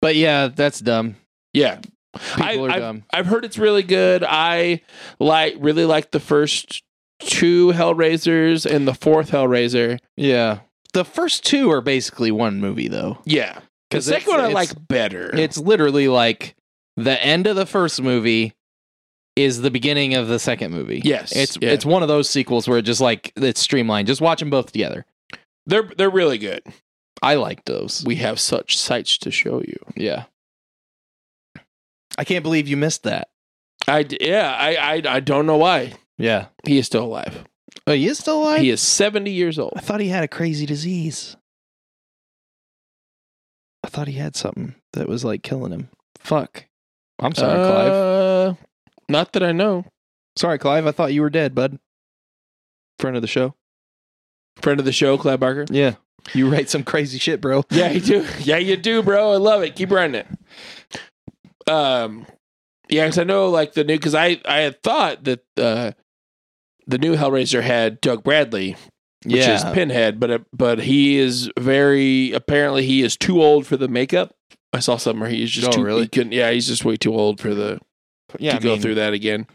Speaker 1: But yeah, that's dumb.
Speaker 2: Yeah,
Speaker 1: People
Speaker 2: I-
Speaker 1: are
Speaker 2: I-
Speaker 1: dumb.
Speaker 2: I've heard it's really good. I like really like the first two Hellraisers and the fourth Hellraiser.
Speaker 1: Yeah. The first two are basically one movie though.
Speaker 2: Yeah. The
Speaker 1: 'Cause
Speaker 2: second
Speaker 1: it's-
Speaker 2: one I
Speaker 1: it's-
Speaker 2: like better.
Speaker 1: It's literally like the end of the first movie is the beginning of the second movie.
Speaker 2: Yes,
Speaker 1: It's
Speaker 2: yeah.
Speaker 1: it's one of those sequels where it just like it's streamlined. Just watch them both together.
Speaker 2: they're they're really good.
Speaker 1: I like those.
Speaker 2: We have such sights to show you.
Speaker 1: Yeah. I can't believe you missed that.
Speaker 2: I d- yeah, I, I I don't know why.
Speaker 1: Yeah.
Speaker 2: He is still alive.
Speaker 1: Oh, he is still alive?
Speaker 2: He is 70 years old.
Speaker 1: I thought he had a crazy disease. I thought he had something that was like killing him. Fuck. I'm sorry, Clive.
Speaker 2: Uh, not that I know.
Speaker 1: Sorry, Clive. I thought you were dead, bud. Friend of the show.
Speaker 2: Friend of the show, Clyde Barker.
Speaker 1: Yeah. You write some crazy shit, bro.
Speaker 2: Yeah, you do. Yeah, you do, bro. I love it. Keep writing it. Um, yeah, because I know like the new because I I had thought that uh, the new Hellraiser had Doug Bradley, which is Pinhead, but uh, but he is very apparently he is too old for the makeup. I saw something where he's just
Speaker 1: Oh,
Speaker 2: too
Speaker 1: really?
Speaker 2: he couldn't, yeah he's just way too old for the
Speaker 1: yeah,
Speaker 2: to
Speaker 1: I
Speaker 2: go
Speaker 1: mean,
Speaker 2: through that again.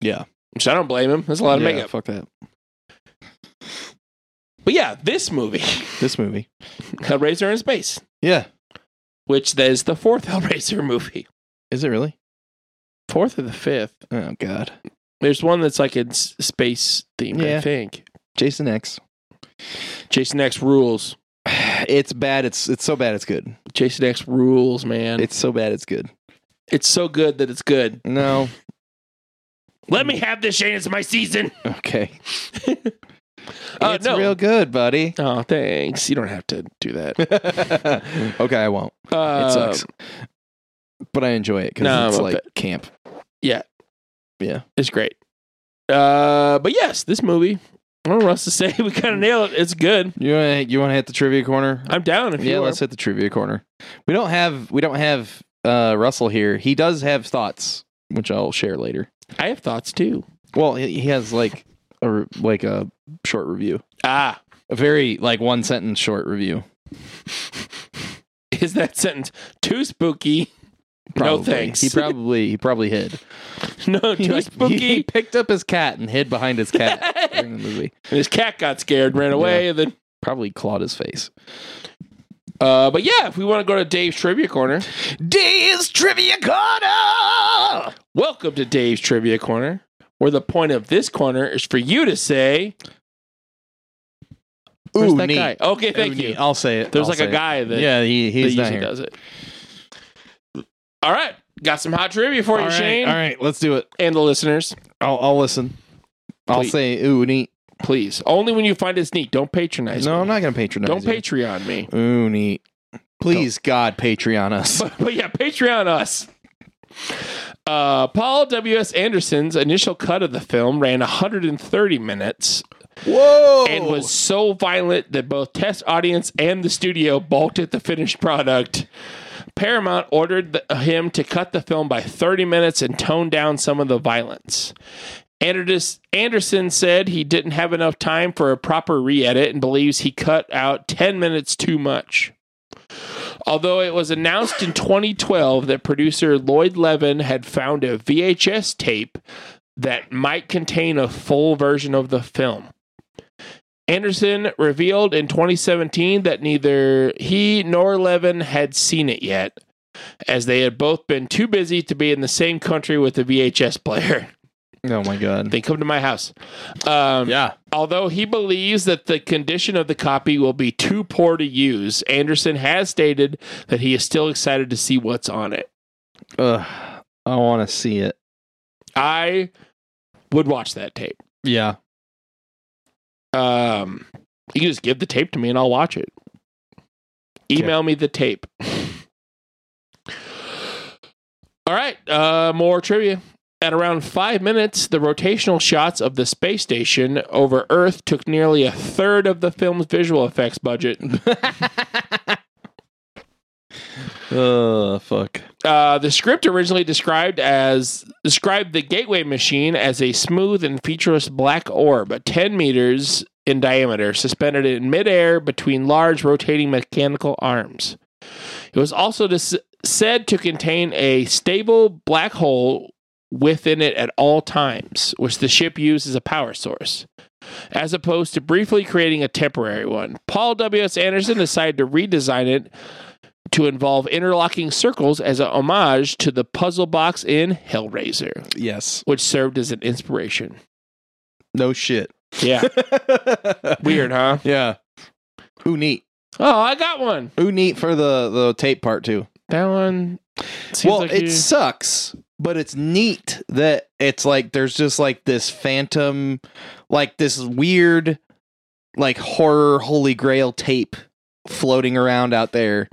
Speaker 1: Yeah.
Speaker 2: which I don't blame him. That's a lot of
Speaker 1: yeah,
Speaker 2: makeup.
Speaker 1: Fuck that.
Speaker 2: But yeah, this movie *laughs*
Speaker 1: This movie.
Speaker 2: Hellraiser in Space,
Speaker 1: Yeah.
Speaker 2: which is the fourth *laughs* Hellraiser movie,
Speaker 1: Is it really?
Speaker 2: fourth or the fifth.
Speaker 1: Oh God.
Speaker 2: There's one that's like in s- space theme, I
Speaker 1: Yeah.
Speaker 2: think.
Speaker 1: Jason X. *sighs*
Speaker 2: Jason X rules.
Speaker 1: It's bad. It's it's so bad. It's good.
Speaker 2: Jason X rules, man. It's,
Speaker 1: It's so bad. It's good.
Speaker 2: so good that it's good.
Speaker 1: No.
Speaker 2: Let me have this, Shane. It's my season.
Speaker 1: Okay.
Speaker 2: Uh,
Speaker 1: it's
Speaker 2: no.
Speaker 1: real good,
Speaker 2: *laughs*
Speaker 1: buddy.
Speaker 2: Oh, thanks. You don't have to do that.
Speaker 1: *laughs* okay, I won't. It
Speaker 2: Uh,
Speaker 1: sucks, but I enjoy it because
Speaker 2: no,
Speaker 1: it's
Speaker 2: I'm a
Speaker 1: like camp.
Speaker 2: It's great. Uh, but yes, this movie. I don't know what else to *laughs* say. We kind of nailed it. It's good.
Speaker 1: You want to you want to hit the trivia corner?
Speaker 2: I'm down Uh, if you
Speaker 1: yeah,
Speaker 2: are.
Speaker 1: let's hit the trivia corner. We don't have we don't have uh, Russell here. He does have thoughts, which I'll share later.
Speaker 2: I have thoughts too.
Speaker 1: Well, he he has like a re- like a short review,
Speaker 2: Ah, *laughs*
Speaker 1: a very like one sentence short review.
Speaker 2: is that sentence too spooky? *laughs* No
Speaker 1: Probably.
Speaker 2: thanks.
Speaker 1: He probably he probably hid.
Speaker 2: *laughs* no,
Speaker 1: He,
Speaker 2: too
Speaker 1: like,
Speaker 2: spooky.
Speaker 1: *laughs* he picked up his cat and hid behind his cat
Speaker 2: *laughs*
Speaker 1: during the movie.
Speaker 2: And his cat got scared, ran away, and then.
Speaker 1: Probably clawed his face.
Speaker 2: Uh, but yeah, if we want to go to Dave's trivia corner,
Speaker 1: Dave's Trivia Corner!
Speaker 2: welcome to Dave's trivia corner, where the point of this corner is for you to say, Where's
Speaker 1: Ooh,
Speaker 2: that
Speaker 1: neat.
Speaker 2: guy? Okay, thank
Speaker 1: Ooh,
Speaker 2: you.
Speaker 1: neat. I'll say it.
Speaker 2: There's
Speaker 1: I'll
Speaker 2: like a
Speaker 1: say it.
Speaker 2: guy that
Speaker 1: yeah, he,
Speaker 2: that
Speaker 1: he's not
Speaker 2: usually
Speaker 1: here.
Speaker 2: does it. All right, got some hot trivia for
Speaker 1: All
Speaker 2: you,
Speaker 1: right,
Speaker 2: Shane,
Speaker 1: all right, let's do it.
Speaker 2: and the listeners.
Speaker 1: I'll, I'll listen. I'll
Speaker 2: Please.
Speaker 1: say ooh neat.
Speaker 2: Please, only when you find it's neat. Don't patronize.
Speaker 1: No,
Speaker 2: me.
Speaker 1: I'm not gonna patronize.
Speaker 2: Don't
Speaker 1: you.
Speaker 2: Patreon me.
Speaker 1: Ooh neat. Please God Patreon *laughs* us.
Speaker 2: But, but yeah, Patreon us. Uh, Paul W.S. Anderson's initial cut of the film ran 130 minutes
Speaker 1: Whoa!
Speaker 2: and was so violent that both test audience and the studio balked at the finished product. Paramount ordered the, him to cut the film by 30 minutes and tone down some of the violence. Anders- Anderson said he didn't have enough time for a proper re edit and believes he cut out 10 minutes too much. Although it was announced in 2012 that producer Lloyd Levin had found a VHS tape that might contain a full version of the film. Anderson revealed in 2017 that neither he nor Levin had seen it yet, as they had both been too busy to be in the same country with a VHS player. *laughs*
Speaker 1: oh my god.
Speaker 2: They come to my house. Um,
Speaker 1: Yeah.
Speaker 2: Although he believes that the condition of the copy will be too poor to use, Anderson has stated that he is still excited to see what's on it.
Speaker 1: Ugh. I want to see it.
Speaker 2: I would watch that tape.
Speaker 1: Yeah.
Speaker 2: Um, you can just give the tape to me and I'll watch it. Email me the tape. All right, uh, more trivia. At around five minutes, the rotational shots of the space station over Earth took nearly a third of the film's visual effects budget. *laughs* Oh,
Speaker 1: Ugh. Fuck.
Speaker 2: Uh, the script originally described as described the gateway machine as a smooth and featureless black orb, ten meters in diameter, suspended in midair between large rotating mechanical arms. It was also dis- said to contain a stable black hole within it at all times, which the ship used as a power source, as opposed to briefly creating a temporary one. Paul W. S. Anderson decided to redesign it to involve interlocking circles as a homage to the puzzle box in Hellraiser,
Speaker 1: Yes.
Speaker 2: which served as an inspiration.
Speaker 1: No
Speaker 2: *laughs*
Speaker 1: shit.
Speaker 2: Yeah, weird, huh?
Speaker 1: Yeah. Ooh neat.
Speaker 2: Oh, I got one.
Speaker 1: Ooh neat for the the tape part too.
Speaker 2: That one. Seems
Speaker 1: well,
Speaker 2: like
Speaker 1: it
Speaker 2: you-
Speaker 1: sucks, but it's neat that it's like there's just like this phantom, like this weird, like horror holy grail tape floating around out there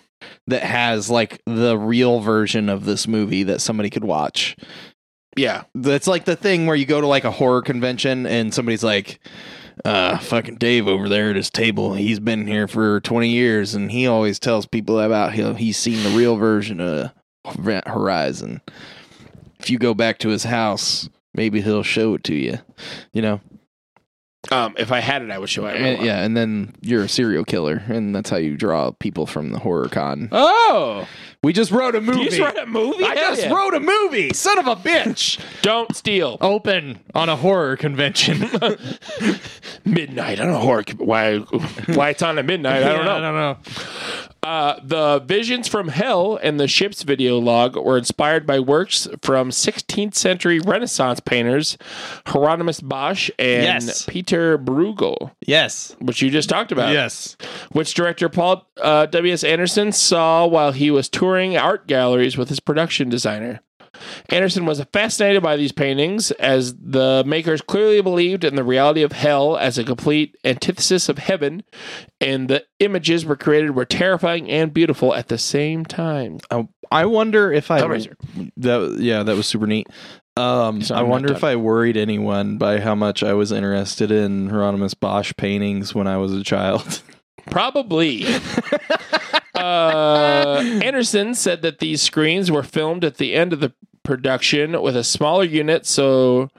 Speaker 1: that has like the real version of this movie that somebody could watch.
Speaker 2: yeah.
Speaker 1: That's like the thing where you go to like a horror convention and somebody's like, uh, fucking Dave over there at his table. He's been here for 20 years and he always tells people about how he's seen the real version of Event Horizon. If you go back to his house, maybe he'll show it to you. You know?
Speaker 2: Um, if I had it, I would show it.
Speaker 1: And- yeah, and then you're a serial killer, and that's how you draw people from the horror con.
Speaker 2: Oh,
Speaker 1: We just wrote a movie.
Speaker 2: you just wrote a movie?
Speaker 1: I
Speaker 2: Hell
Speaker 1: just
Speaker 2: yeah.
Speaker 1: wrote a movie, son of a bitch.
Speaker 2: Don't steal.
Speaker 1: Oh. Open on a horror *laughs* convention.
Speaker 2: Midnight. I don't know horror. Why? Why it's on at midnight? I don't know.
Speaker 1: don't know.
Speaker 2: Uh, the visions from hell and the ship's video log were inspired by works from 16th century Renaissance painters Hieronymus Bosch and
Speaker 1: Yes.
Speaker 2: Peter Bruegel,
Speaker 1: Yes.
Speaker 2: which you just talked
Speaker 1: Uh,
Speaker 2: about.
Speaker 1: Yes.
Speaker 2: Which director Paul uh, W.S. Anderson saw while he was touring art galleries with his production designer. Anderson was fascinated by these paintings as the makers clearly believed in the reality of hell as a complete antithesis of heaven, and the images were created were terrifying and beautiful at the same time.
Speaker 1: I, I wonder if I
Speaker 2: Hellraiser.
Speaker 1: that yeah that was super neat. Um,
Speaker 2: So
Speaker 1: I
Speaker 2: I'm not
Speaker 1: wonder
Speaker 2: done.
Speaker 1: if I worried anyone by how much I was interested in Hieronymus Bosch paintings when I was a child. *laughs*
Speaker 2: Probably. uh, Anderson said that these screens were filmed at the end of the production with a smaller unit, so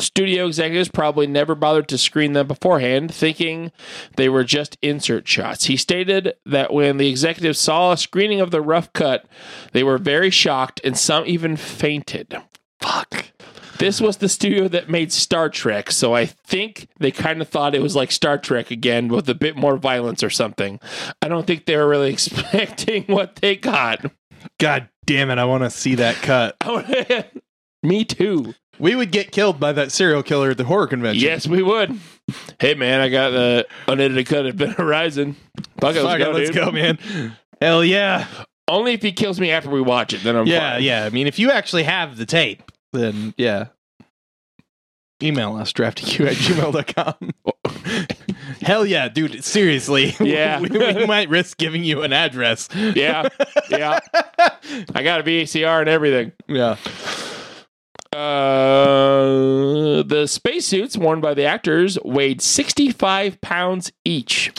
Speaker 2: studio executives probably never bothered to screen them beforehand, thinking they were just insert shots. He stated that when the executives saw a screening of the rough cut, they were very shocked and some even fainted.
Speaker 1: Fuck.
Speaker 2: This was the studio that made Star Trek, so I think they kind of thought it was like Star Trek again with a bit more violence or something. I don't think they were really *laughs* expecting what they got. *laughs*
Speaker 1: God damn it! I want to see that cut.
Speaker 2: Me too.
Speaker 1: We would get killed by that serial killer at the horror convention.
Speaker 2: Yes, we would. Hey, man, I got the unedited cut of Ben Horizon. Fuck it, let's
Speaker 1: Fuck it,
Speaker 2: go,
Speaker 1: let's
Speaker 2: dude.
Speaker 1: go, man. Hell yeah.
Speaker 2: Only if he kills me after we watch it, then I'm
Speaker 1: yeah,
Speaker 2: fine.
Speaker 1: yeah. I mean, if you actually have the tape, then yeah. Email us, draftyq at gmail.com. *laughs* Hell yeah, dude. Seriously. *laughs*
Speaker 2: Yeah.
Speaker 1: we, we might risk giving you an address.
Speaker 2: Yeah,
Speaker 1: *laughs*
Speaker 2: yeah. I got a VCR and everything.
Speaker 1: Yeah.
Speaker 2: Uh, the spacesuits worn by the actors weighed 65 pounds each.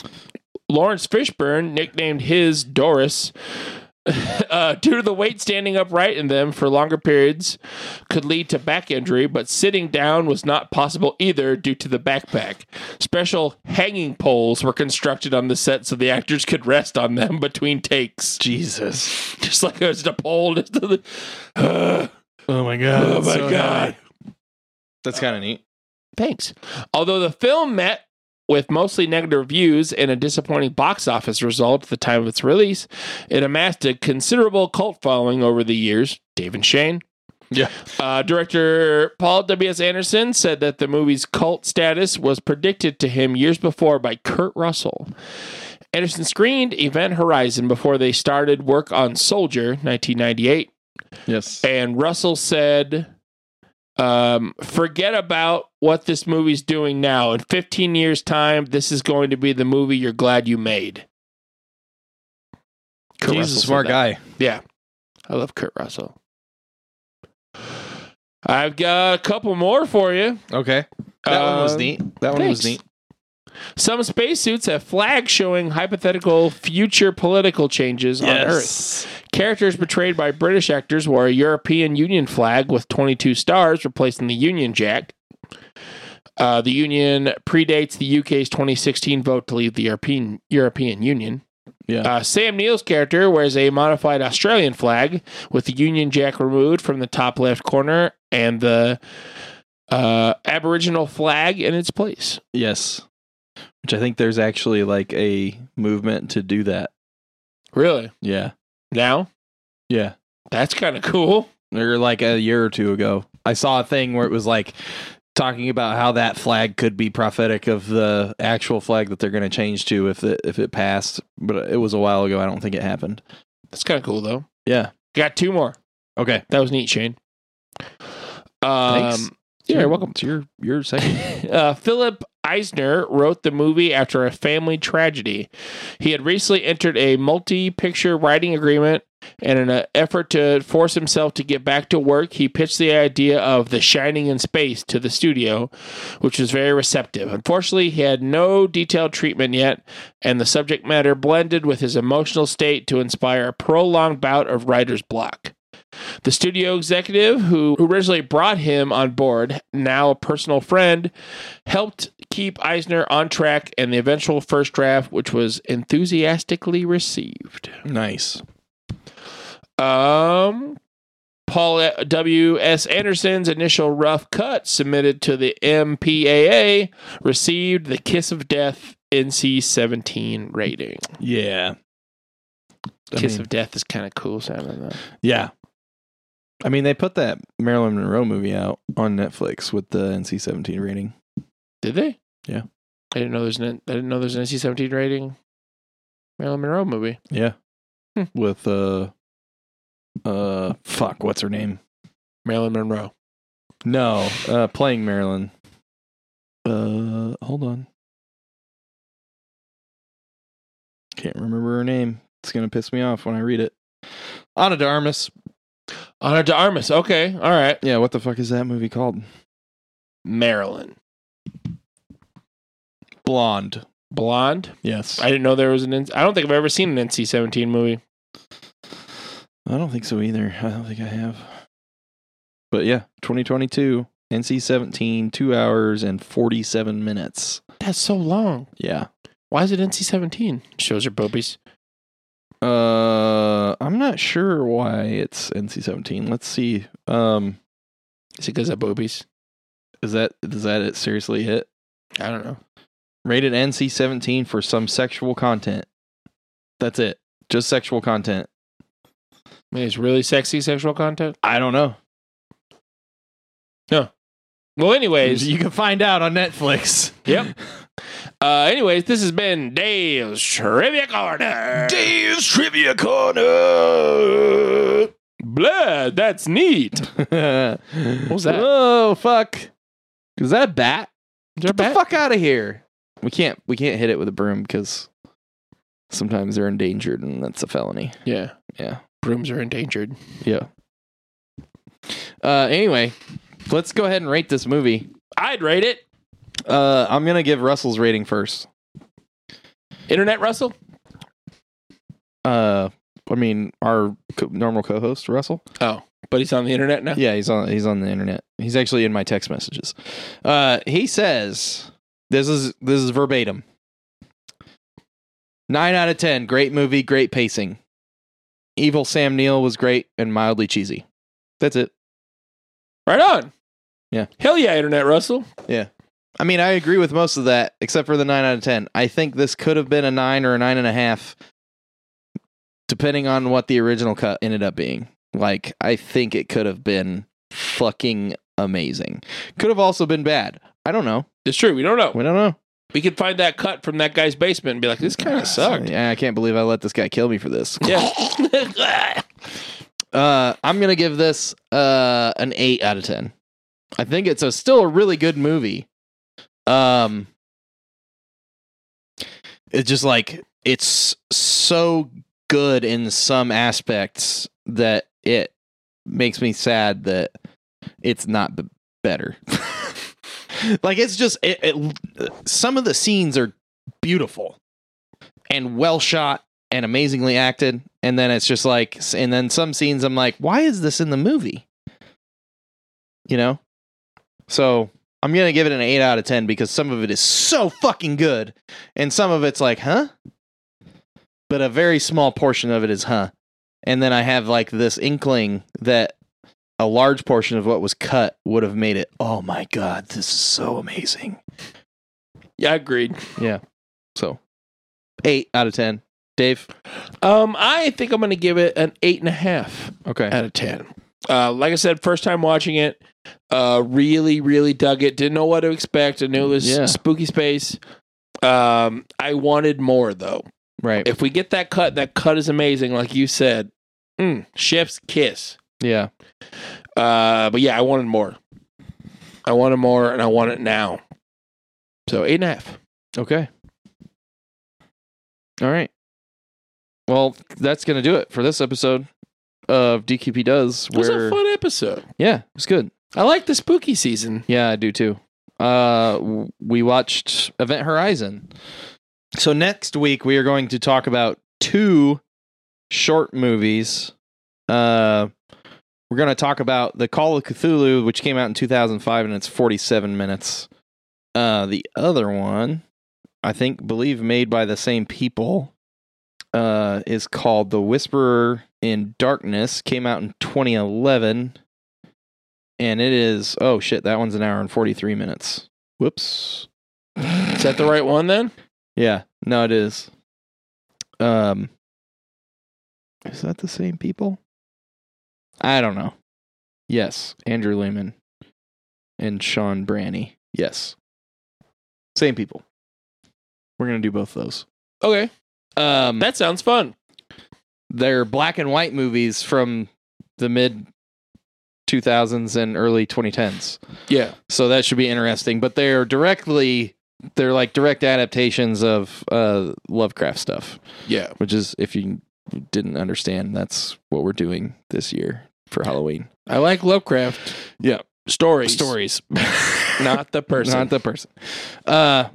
Speaker 2: Lawrence Fishburne nicknamed his Doris *laughs* uh, due to the weight standing upright in them for longer periods could lead to back injury, but sitting down was not possible either due to the backpack. Special hanging poles were constructed on the set so the actors could rest on them between takes. *laughs*
Speaker 1: Jesus.
Speaker 2: Just like it was a pole. Just *laughs* to the,
Speaker 1: Oh my God.
Speaker 2: oh
Speaker 1: that's
Speaker 2: my
Speaker 1: so
Speaker 2: God.
Speaker 1: gnarly. That's kind of neat.
Speaker 2: Thanks. Although the film met with mostly negative reviews and a disappointing box office result at the time of its release, it amassed a considerable cult following over the years. Dave and Shane.
Speaker 1: Yeah.
Speaker 2: Uh, director Paul W.S. Anderson said that the movie's cult status was predicted to him years before by Kurt Russell. Anderson screened Event Horizon before they started work on Soldier 1998.
Speaker 1: Yes.
Speaker 2: And Russell said, um, forget about what this movie's doing now. In 15 years' time, this is going to be the movie you're glad you made. Kurt
Speaker 1: He's
Speaker 2: Russell
Speaker 1: a
Speaker 2: said
Speaker 1: smart
Speaker 2: that.
Speaker 1: guy.
Speaker 2: Yeah. I love Kurt Russell. I've got a couple more for you.
Speaker 1: Okay. That one was
Speaker 2: Um,
Speaker 1: neat. That one was
Speaker 2: thanks.
Speaker 1: neat.
Speaker 2: Some spacesuits have flags showing hypothetical future political changes on Earth. Characters portrayed by British actors wore a European Union flag with 22 stars replacing the Union Jack. Uh, the Union predates the UK's 2016 vote to leave the European, European Union.
Speaker 1: Yeah.
Speaker 2: Uh, Sam Neill's character wears a modified Australian flag with the Union Jack removed from the top left corner and the uh, Aboriginal flag in its place.
Speaker 1: yes. Which I think there's actually like a movement to do that.
Speaker 2: Really?
Speaker 1: Yeah.
Speaker 2: Now?
Speaker 1: Yeah.
Speaker 2: That's kind of cool.
Speaker 1: or like a year or two ago. I saw a thing where it was like talking about how that flag could be prophetic of the actual flag that they're going to change to if it if it passed, but it was a while ago. I don't think it happened.
Speaker 2: That's kind of cool, though.
Speaker 1: Yeah.
Speaker 2: Got two more.
Speaker 1: Okay.
Speaker 2: That was neat, Shane. Um,
Speaker 1: Thanks.
Speaker 2: Yeah, you're welcome.
Speaker 1: It's your your second.
Speaker 2: Uh, Philip Eisner wrote the movie after a family tragedy. He had recently entered a multi picture writing agreement, and in an effort to force himself to get back to work, he pitched the idea of The Shining in Space to the studio, which was very receptive. Unfortunately, he had no detailed treatment yet, and the subject matter blended with his emotional state to inspire a prolonged bout of writer's block. The studio executive who originally brought him on board, now a personal friend, helped keep Eisner on track and the eventual first draft, which was enthusiastically received.
Speaker 1: *laughs* nice.
Speaker 2: Um, Paul W. S. Anderson's initial rough cut submitted to the MPAA received the Kiss of Death NC 17 rating.
Speaker 1: Yeah. I
Speaker 2: Kiss
Speaker 1: mean,
Speaker 2: of Death is kind of cool sounding though.
Speaker 1: yeah. I mean, they put that Marilyn Monroe movie out on Netflix with the NC-17 rating.
Speaker 2: Did they?
Speaker 1: Yeah.
Speaker 2: I didn't know there's an I didn't know there's an NC seventeen rating Marilyn Monroe movie.
Speaker 1: Yeah.
Speaker 2: Hmm.
Speaker 1: With uh uh fuck, what's her name?
Speaker 2: Marilyn Monroe.
Speaker 1: No, uh, playing Maryland. Uh, hold on. Can't remember her name. It's gonna piss me off when I read it. Anna de Armas.
Speaker 2: Honor to Armas. Okay. All right.
Speaker 1: Yeah, what the fuck is that movie called?
Speaker 2: Marilyn.
Speaker 1: Blonde.
Speaker 2: Blonde.
Speaker 1: Yes.
Speaker 2: I
Speaker 1: I,
Speaker 2: didn't know there was an N- I don't think I've ever seen an NC seventeen movie.
Speaker 1: don't think so either. I don't think I have. But yeah, 2022, NC 17, two hours and 47 minutes.
Speaker 2: That's so long.
Speaker 1: Yeah.
Speaker 2: Why is it NC seventeen? Shows are boobies.
Speaker 1: Uh, I'm not sure why it's NC 17. Let's see. Um,
Speaker 2: Is it because of boobies?
Speaker 1: Is that is that it? Seriously, hit
Speaker 2: I don't know.
Speaker 1: rated NC seventeen for some sexual content. That's it. Just sexual content.
Speaker 2: I mean, it's really sexy sexual content.
Speaker 1: I don't know.
Speaker 2: Well, *laughs* anyways,
Speaker 1: You can find out on Netflix.
Speaker 2: *laughs*
Speaker 1: *laughs*
Speaker 2: yep. Uh, anyways, this has been Dave's Trivia Corner.
Speaker 1: Dave's Trivia Corner.
Speaker 2: Blood, that's neat. Is
Speaker 1: what
Speaker 2: was that?
Speaker 1: Oh fuck! Is that a bat?
Speaker 2: there a
Speaker 1: Get the
Speaker 2: bat?
Speaker 1: fuck out of here! We can't. We can't hit it with a broom because sometimes they're endangered, and that's a felony.
Speaker 2: Yeah.
Speaker 1: Yeah.
Speaker 2: Brooms are endangered.
Speaker 1: Yeah. Uh, anyway, let's go ahead and rate this movie.
Speaker 2: I'd rate it.
Speaker 1: Uh, I'm gonna give Russell's rating first.
Speaker 2: Internet Russell?
Speaker 1: Uh, I mean, our co- normal co-host Russell.
Speaker 2: Oh, but he's on the internet now?
Speaker 1: Yeah, he's on. He's on the internet. He's actually in my text messages. Uh, he says this is this is verbatim. Nine out of ten. Great movie. Great pacing. Evil Sam Neill was great and mildly cheesy. That's it.
Speaker 2: Right on.
Speaker 1: Yeah.
Speaker 2: Hell yeah, Internet Russell.
Speaker 1: I mean, I agree with most of that, except for the nine out of ten. I think this could have been a nine or a nine and a half, depending on what the original cut ended up being. Like, I think it could have been fucking amazing. Could have also been bad. I don't know.
Speaker 2: It's true. We don't know.
Speaker 1: We don't know.
Speaker 2: We could find that cut from that guy's basement and be like, this kind of sucked.
Speaker 1: Yeah, I can't believe I let this guy kill me for
Speaker 2: *laughs*
Speaker 1: this.
Speaker 2: Yeah. *laughs*
Speaker 1: Uh, I'm gonna give this uh an eight out of ten. I think it's a still a really good movie. Um, it's just like it's so good in some aspects that it makes me sad that it's not b- better. *laughs* like it's just it, it. Some of the scenes are beautiful and well shot and amazingly acted. And then it's just like, and then some scenes I'm like, why is this in the movie? You know? So I'm going to give it an 8 out of 10 because some of it is so fucking good. And some of it's like, huh? But a very small portion of it is, huh? And then I have like this inkling that a large portion of what was cut would have made it, oh my God, this is so amazing.
Speaker 2: yeah, agreed.
Speaker 1: So 8 out of 10. Dave?
Speaker 2: Um, I think I'm going to give it an eight and a half
Speaker 1: Okay.
Speaker 2: out of ten. Uh, like I said, first time watching it, uh, really, really dug it. Didn't know what to expect. I knew it was
Speaker 1: Yeah.
Speaker 2: spooky space. Um, I wanted more though.
Speaker 1: right.
Speaker 2: If we get that cut, that cut is amazing. Like you said, mm, chef's kiss.
Speaker 1: yeah.
Speaker 2: Uh, but yeah, I wanted more. I wanted more, and I want it now. So eight and a half.
Speaker 1: Okay. All right. Well, that's gonna do it for this episode of DQP Does.
Speaker 2: It was
Speaker 1: Where
Speaker 2: a fun episode.
Speaker 1: yeah, it's good.
Speaker 2: I like the spooky season.
Speaker 1: Yeah, I do too. Uh, w- we watched Event Horizon. So next week we are going to talk about two short movies. Uh, we're going to talk about the Call of Cthulhu, which came out in 2005, and it's 47 minutes. Uh, the other one, I think, believe made by the same people, uh, is called The Whisperer in Darkness. Came out in 2011 and it is oh shit that one's an hour and 43 minutes whoops
Speaker 2: Is that the right one then?
Speaker 1: yeah no it is um is that the same people i don't know yes andrew lehman and sean branny yes same people we're gonna do both those
Speaker 2: Okay,
Speaker 1: um
Speaker 2: that sounds fun.
Speaker 1: they're black and white movies from the mid 2000s and early 2010s
Speaker 2: Yeah.
Speaker 1: so that should be interesting but they're directly they're like direct adaptations of uh lovecraft stuff
Speaker 2: Yeah.
Speaker 1: which is if you didn't understand that's what we're doing this year for halloween
Speaker 2: I like Lovecraft
Speaker 1: yeah
Speaker 2: stories. *laughs*
Speaker 1: stories
Speaker 2: Not the person.
Speaker 1: not the person uh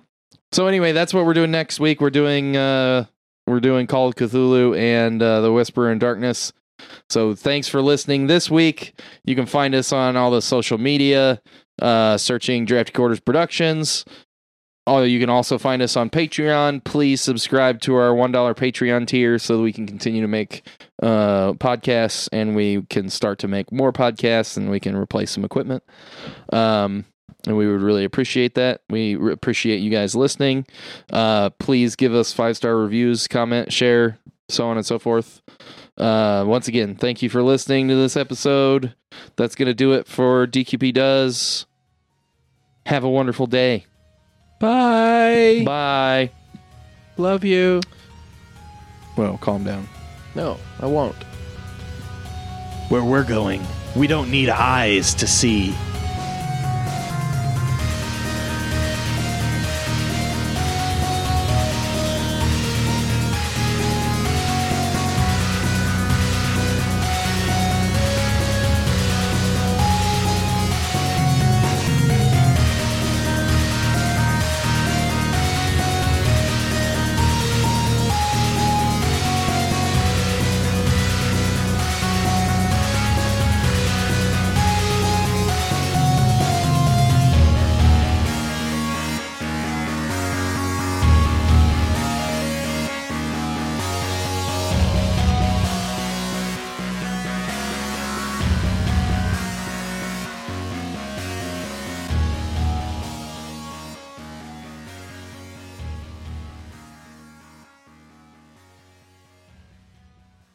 Speaker 1: so anyway that's what we're doing next week we're doing uh we're doing call of cthulhu and uh, the whisperer in darkness so thanks for listening this week you can find us on all the social media uh searching drafty quarters productions Oh, you can also find us on Patreon. Please subscribe to our $1 Patreon tier so that we can continue to make uh, podcasts and we can start to make more podcasts and we can replace some equipment. Um, and we would really appreciate that. We re- appreciate you guys listening. Uh, please give us five star reviews, comment, share, so on and so forth. Uh, once again, thank you for listening to this episode. That's going to do it for DQP Does. Have a wonderful day.
Speaker 2: Bye.
Speaker 1: Bye.
Speaker 2: Love you.
Speaker 1: Well, calm down.
Speaker 2: No, I won't.
Speaker 1: Where we're going, we don't need eyes to see.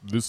Speaker 3: This